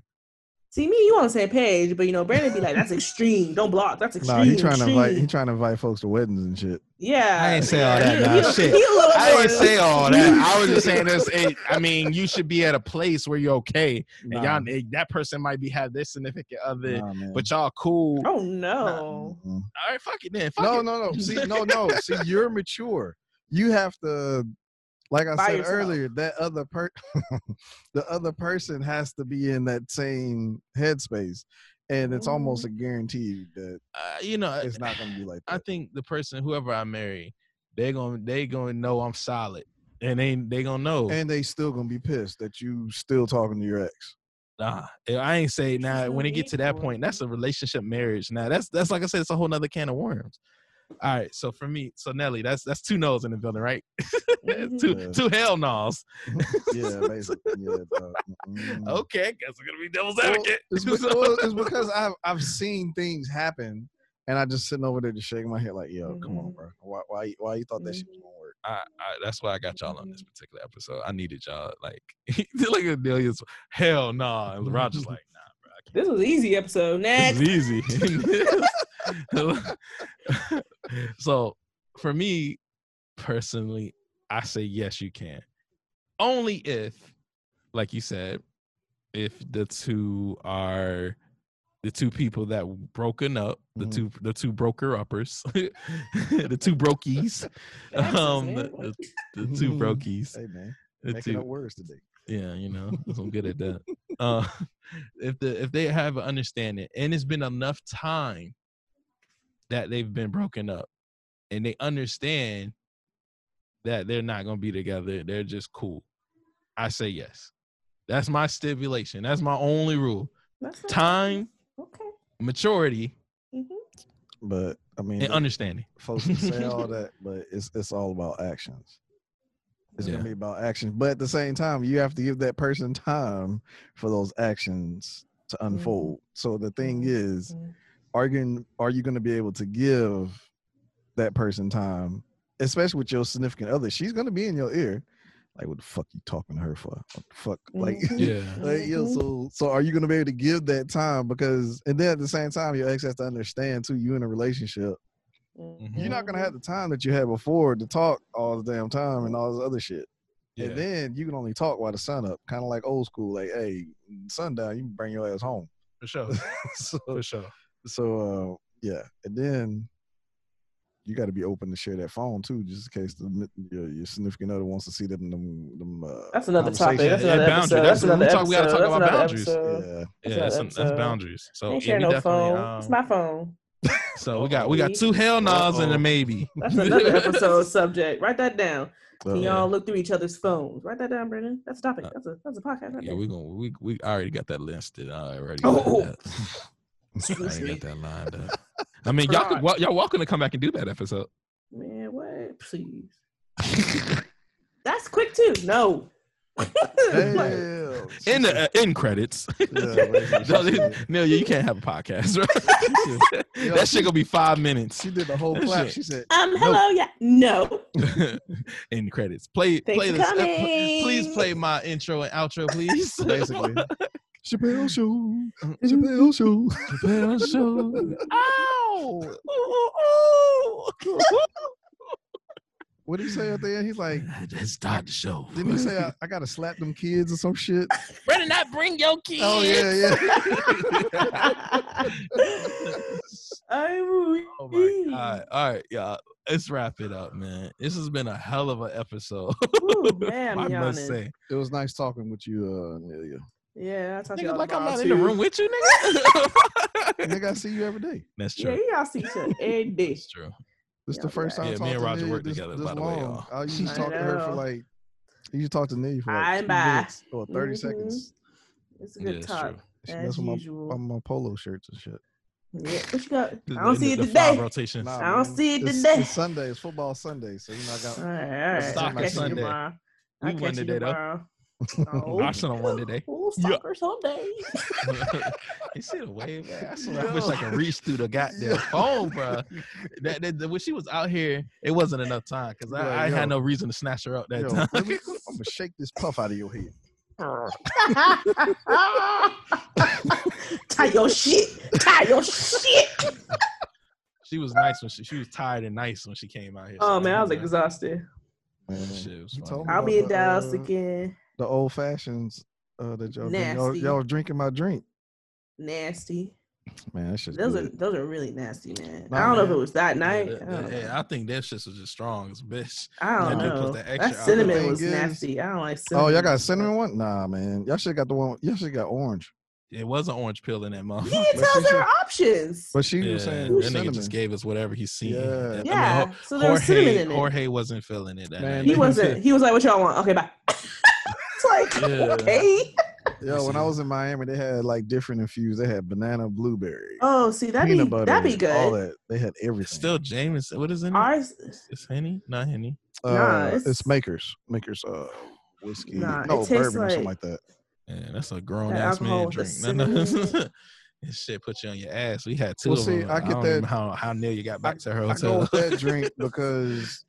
B: See me, you on the same page, but you know, Brandon be like, "That's extreme. Don't block. That's extreme."
C: Nah, he trying to invite, he
B: extreme."
C: trying to invite folks to weddings and shit.
B: yeah,
A: I ain't say
B: yeah,
A: all that,
B: he-
A: nah,
B: he (laughs) a-
A: shit.
B: he a little
A: I didn't
B: more-
A: say all that. I was just saying this. It, I mean, you should be at a place where you're okay, and
C: Nah,
A: y'all eh, that person might be have their significant other,
C: nah, man.
A: but y'all cool.
B: Oh no.
C: Mm.
A: All right, fuck it then. Fuck
C: No,
A: it. (laughs)
C: no, no. See, no, no. See, you're mature. You have to, like I
B: By
C: said
B: yourself.
C: earlier, that other per, (laughs) the other person has to be in that same headspace, and it's almost
A: Mm-hmm.
C: a guarantee that
A: Uh, you know,
C: it's not going to be like
A: I
C: that.
A: think the person, whoever I marry, they gonna they gonna know I'm solid, and they they gonna know.
C: And they still going to be pissed that you still talking to your ex.
A: Nah, eh, I ain't say now.
B: no
A: when it get
B: need
A: to that
B: for it.
A: point, that's a relationship marriage. Now that's that's like I said, it's a whole nother can of worms. All right, so for me, so Nelly, that's that's two no's in the building, right? (laughs)
B: Mhm.
A: two
C: Yeah.
A: two hell no's. (laughs)
C: Yeah, basically. Yeah, dog. Mm.
A: Okay, guess we're gonna be devil's
C: Well,
A: advocate.
C: it's, be-
A: Oh, (laughs) So-
C: well, it's because I've I've seen things happen, and I just sitting over there just shaking my head like, "Yo, come on,
A: Mm-hmm.
B: Mhm.
C: bro. Why why why you thought that shit was gonna work?"
A: I, I, that's why I got y'all on this
C: Mm-hmm.
A: particular episade. I needed y'all like (laughs) look at Delia's hell nah,
C: (laughs)
A: and Roger's like nah, bro. I can't
B: This was an easy episode.
A: It's
B: Next.
A: easy. (laughs) so for me personally, I say yes, you can. Only if, like you said, if the two are the two people that broken up, the
C: Mhm.
A: two the two broker uppers, (laughs) the two brokies,
B: Taxes,
A: (laughs) um,
B: man.
A: the, the- the two
C: Mhm.
A: brokies,
C: Hey man,
A: the
C: making
A: two-
C: up words today.
A: yeah, you know, I'm good at that. Uh, (laughs) if the if they have an understanding, and it's been enough time that they've been broken up, and they understand that they're not gonna be together, they're just cool. I say yes. That's my stipulation. That's my only rule.
B: That's not-
A: Time,
B: Okay.
A: maturity,
B: Mhm.
C: But I mean,
A: and understanding.
C: folks can
A: (laughs)
C: say all that, but it's it's all about actions. It's
A: Yeah.
C: gonna be about actions, but at the same time, you have to give that person time for those actions to unfold. So the thing is,
B: Mhm.
C: are you gonna, are you going to be able to give that person time, especially with your significant other? She's going to be in your ear, like, what the fuck you talking to her for? What the fuck, like, (laughs)
B: Mhm.
A: Yeah.
C: like, yo,
B: Mhm.
C: so so are you gonna be able to give that time? Because and then at the same time, your ex has to understand too. You in a relationship,
B: Mm-hmm.
C: you're not gonna have the time that you had before to talk all the damn time and all this other shit.
A: Yeah.
C: And then you can only talk while the sun up, kind of like old school. Like, hey, sundown, you can bring your ass home. (laughs)
A: for sure.
C: so,
A: For sure.
C: so uh, yeah, and then you got to be open to share that phone too, just in case the, your, your significant other wants to see them. them, them uh,
B: That's another topic.
C: conversation.
B: That's
A: Yeah,
B: another
A: boundaries.
B: episode.
A: That's
B: That's
A: what we
B: another
A: talk- we
B: episode.
A: gotta
B: That's
A: talk about
B: another
A: boundaries.
B: episode.
C: Yeah,
A: Yeah, that's,
B: That's not-
A: some, that's
B: that's, uh,
A: boundaries. So
B: Ain't
A: yeah,
B: sharing
A: we
B: no
A: definitely.
B: phone.
A: Um,
B: it's my phone.
A: so we got we got two hell no's and a maybe. (laughs)
B: That's another episode subject. Write that down.
C: so-
B: Can
A: Yeah.
B: y'all look through each other's phones? Write that down, Brendan. That's a topic. That's a that's a podcast. Right
A: Uh, Yeah, (laughs)
B: there.
A: we gonna we we I already got that listed. I already
B: Oh,
A: got
B: oh.
A: that. (laughs) I
B: Excuse
A: already
B: me.
A: got that lined up.
B: (laughs)
A: I mean, y'all could,
C: Right.
A: well, y'all welcome to come back and do that episode.
B: Man, what? Please. That's quick too.
A: (laughs)
B: No. Like,
C: Damn.
A: In the uh, end
B: (laughs)
A: credits, (laughs)
C: Yeah, basically, she
A: no, (laughs)
C: said-
A: you can't have a podcast.
B: (laughs)
A: Right? (laughs)
C: Yo.
A: that shit gonna be five minutes. (laughs)
C: She did the whole
A: That
C: clap.
A: shit. (laughs)
C: She said,
B: um, hello, yeah. No.
A: end credits. Play
B: Thanks
A: play
B: for
A: this. ep-
B: coming.
A: please (laughs) play my intro and outro,
B: (laughs)
A: please. (laughs)
C: basically, Chappelle Show. uh, Chappelle Show.
A: (laughs) Chappelle Show. Ow! Ooh, ooh, ooh.
C: What did he say at the end? He's
B: (laughs)
C: like,
A: Let's start the show.
C: didn't he say,
A: (laughs)
C: I, I got to slap them kids or some shit?
B: (laughs)
A: Brendan, I bring your (laughs) kids.
C: Oh, yeah, yeah.
B: I'm
A: Oh my god! All right, y'all. Let's wrap it up, man. This has been a hell of an episode. (laughs)
B: Ooh, man,
A: I
B: I'm
A: must
B: yawning.
A: say.
C: It was nice talking with you, uh, Amelia.
B: Yeah, I talk to
A: Nigga,
B: y'all
A: like I'm
B: tomorrow,
A: not in the
B: too.
A: room with you, nigga. (laughs)
C: Nigga, I see you every day.
A: That's
B: Yeah,
A: true.
B: y'all see each other every day.
A: That's true.
C: This is
B: Yeah,
C: the first
B: yeah.
C: time
A: Yeah,
C: I
A: me and
C: talked
A: Roger
C: to Nia
A: worked
C: this,
A: together,
C: this
A: by the way,
C: long.
A: y'all.
C: I usually
B: I
C: talk to her for
B: know.
C: like, you used to talk to Nia for
B: I'm
C: like two
B: back.
C: minutes or 30
B: Mhm.
C: seconds.
B: It's a
A: Yeah,
B: good
A: it's
B: talk.
A: true.
C: She
B: As
C: messed with my,
B: usual.
C: my, my polo shirts and shit.
B: yeah, what you got?
A: The-
B: I don't
A: the-
B: see it
A: the five
B: today.
A: Rotations.
C: Nah,
B: I don't
C: man.
B: see it
C: It's-
B: today.
C: It's Sunday. It's football Sunday, so you know I
B: All (laughs)
C: got.
B: right, all right.
C: Soccer
B: I'll catch you
A: Sunday.
B: tomorrow.
A: We
B: I'll
A: won
B: catch you
A: today, though. (laughs)
B: tomorrow. No.
A: Arsenal won today.
B: Ooh,
A: Yeah. (laughs)
B: soccer Sunday.
A: (laughs) you see the wave? man? I, swear, I wish I could reach through the
B: (laughs)
A: goddamn phone, bro. That, that, that- when she was out here, it wasn't enough time because I,
C: Like,
A: I
C: yo.
A: had no reason to snatch her up that
C: Yo,
A: time.
C: let me, I'm gonna shake this puff out of your head.
B: Tie your shit. Tie your shit.
A: (laughs) She was nice when she, she was tired and nice when she came out here.
B: Oh
A: So,
B: man, I was
A: you know,
B: exhausted.
A: that
C: Man,
A: shit was
C: You
A: funny.
C: told me.
B: I'll be in
C: Uh,
B: Dallas again.
C: the old fashions uh, that y'all drink. Y'all,
B: Nasty.
C: y'all was drinking my drink.
B: Nasty.
C: Man, that's just
B: Those are
C: good.
B: those are really nasty, man.
C: Nah,
B: I don't know if
C: man.
B: it was that
A: Yeah,
B: night. Oh.
A: that-
B: I don't
A: that-
B: know.
A: yeah, I think that shit was just strong as a bitch.
B: I don't
A: That dude put
B: know.
A: the
B: That,
A: extra out.
B: cinnamon
C: Thing
B: was
C: is-
B: nasty. I don't like
C: Oh,
B: cinnamon.
C: y'all got a cinnamon
A: (laughs)
C: one? Nah, man. Y'all should got the one. Y'all should got orange.
A: It was an orange pill in that motherfucker.
B: Yeah, it
C: But
B: tells
C: she
B: there
C: said-
B: are options.
C: But she
A: Yeah,
C: was saying it
A: that
C: was
A: nigga just
C: cinnamon.
A: gave us whatever he seen.
C: Yeah.
A: I mean,
B: yeah.
A: Ho-
B: so there was cinnamon in it.
A: Jorge wasn't feeling it that
C: Man,
A: night.
B: he
C: they can
B: wasn't. He was like, "What y'all want?
A: (laughs)
B: Okay, bye." it's like,
A: Yeah.
B: okay.
C: Yo, when I
A: see.
C: was in Miami, they had like different infused. They had banana, blueberry,
B: Oh, see, that'd
C: peanut
B: be
C: butter,
B: that'd be
C: All
B: good.
C: that they had everything.
A: Still James. What is in it?
B: Ours,
A: It's Henny, not Henny.
C: Uh,
B: Nah,
C: it's,
B: it's-
C: makers, makers, uh, whiskey,
B: Nah, it
C: no
B: tastes
C: bourbon or something
B: like-
C: like that.
A: Man, that's a grown
B: That
A: ass
B: alcohol
A: man
B: with the
A: drink. (laughs) No, no.
B: cinnamon in
A: (laughs) this shit put you on your ass. We had two
C: Well,
A: of
C: see,
A: them.
C: I
A: I,
C: get
A: don't
C: that-
A: even know how how Neil you got back to her
C: I go
A: hotel.
C: with
B: (laughs)
C: that drink because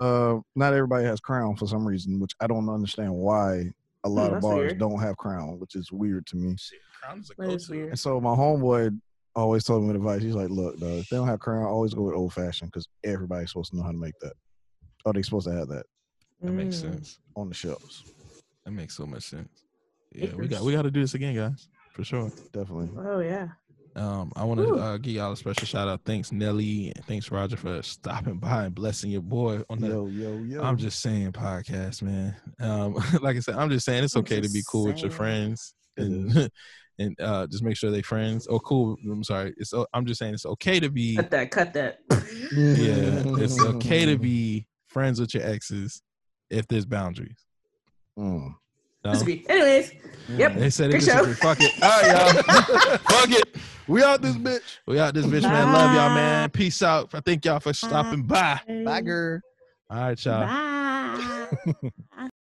C: uh, not everybody has Crown for some reason, which I don't understand why a lot of
B: Hmm, that's
C: bars
B: weird.
C: don't have Crown, which is weird to me.
A: (laughs) Shit, Crown's a
B: That is
A: go-to.
B: weird.
C: And so my homeboy always told me the advice. He's like, "Look, dog, if they don't have Crown, always go with old fashioned because everybody's supposed to know how to make that. Oh, they supposed to have that
A: That makes
B: Mm.
A: sense.
C: on the shelves.
A: That makes so much sense. Yeah, we got we got to do this again, guys, for sure.
C: Definitely.
B: Oh yeah.
A: Um, I want to
B: Whew.
A: uh, give y'all a special shout out. Thanks, Nelly. and Thanks, Roger, for stopping by and blessing your boy on the
C: Yo, yo, yo.
A: I'm just saying podcast, man. Um, (laughs) like I said, I'm just saying it's
B: I'm
A: okay to
B: just
A: be cool with your
B: saying.
A: friends
C: It
A: and (laughs) and uh, just make sure they friends or cool. I'm sorry. It's o- I'm just saying it's okay to be
B: Cut that. Cut that. (laughs)
A: yeah. It's okay
C: (laughs)
A: to be friends with your exes if there's boundaries.
C: Mm.
A: No?
B: Disagree. Anyways, Yep.
A: They said it
B: Good show. (laughs)
A: disagree. Fuck it. All right, y'all. (laughs) Fuck it.
C: We out this bitch.
A: We out this bitch, man. Love y'all, man. Peace out. I thank y'all for stopping by.
C: Bye, girl.
A: All right, y'all.
B: Bye.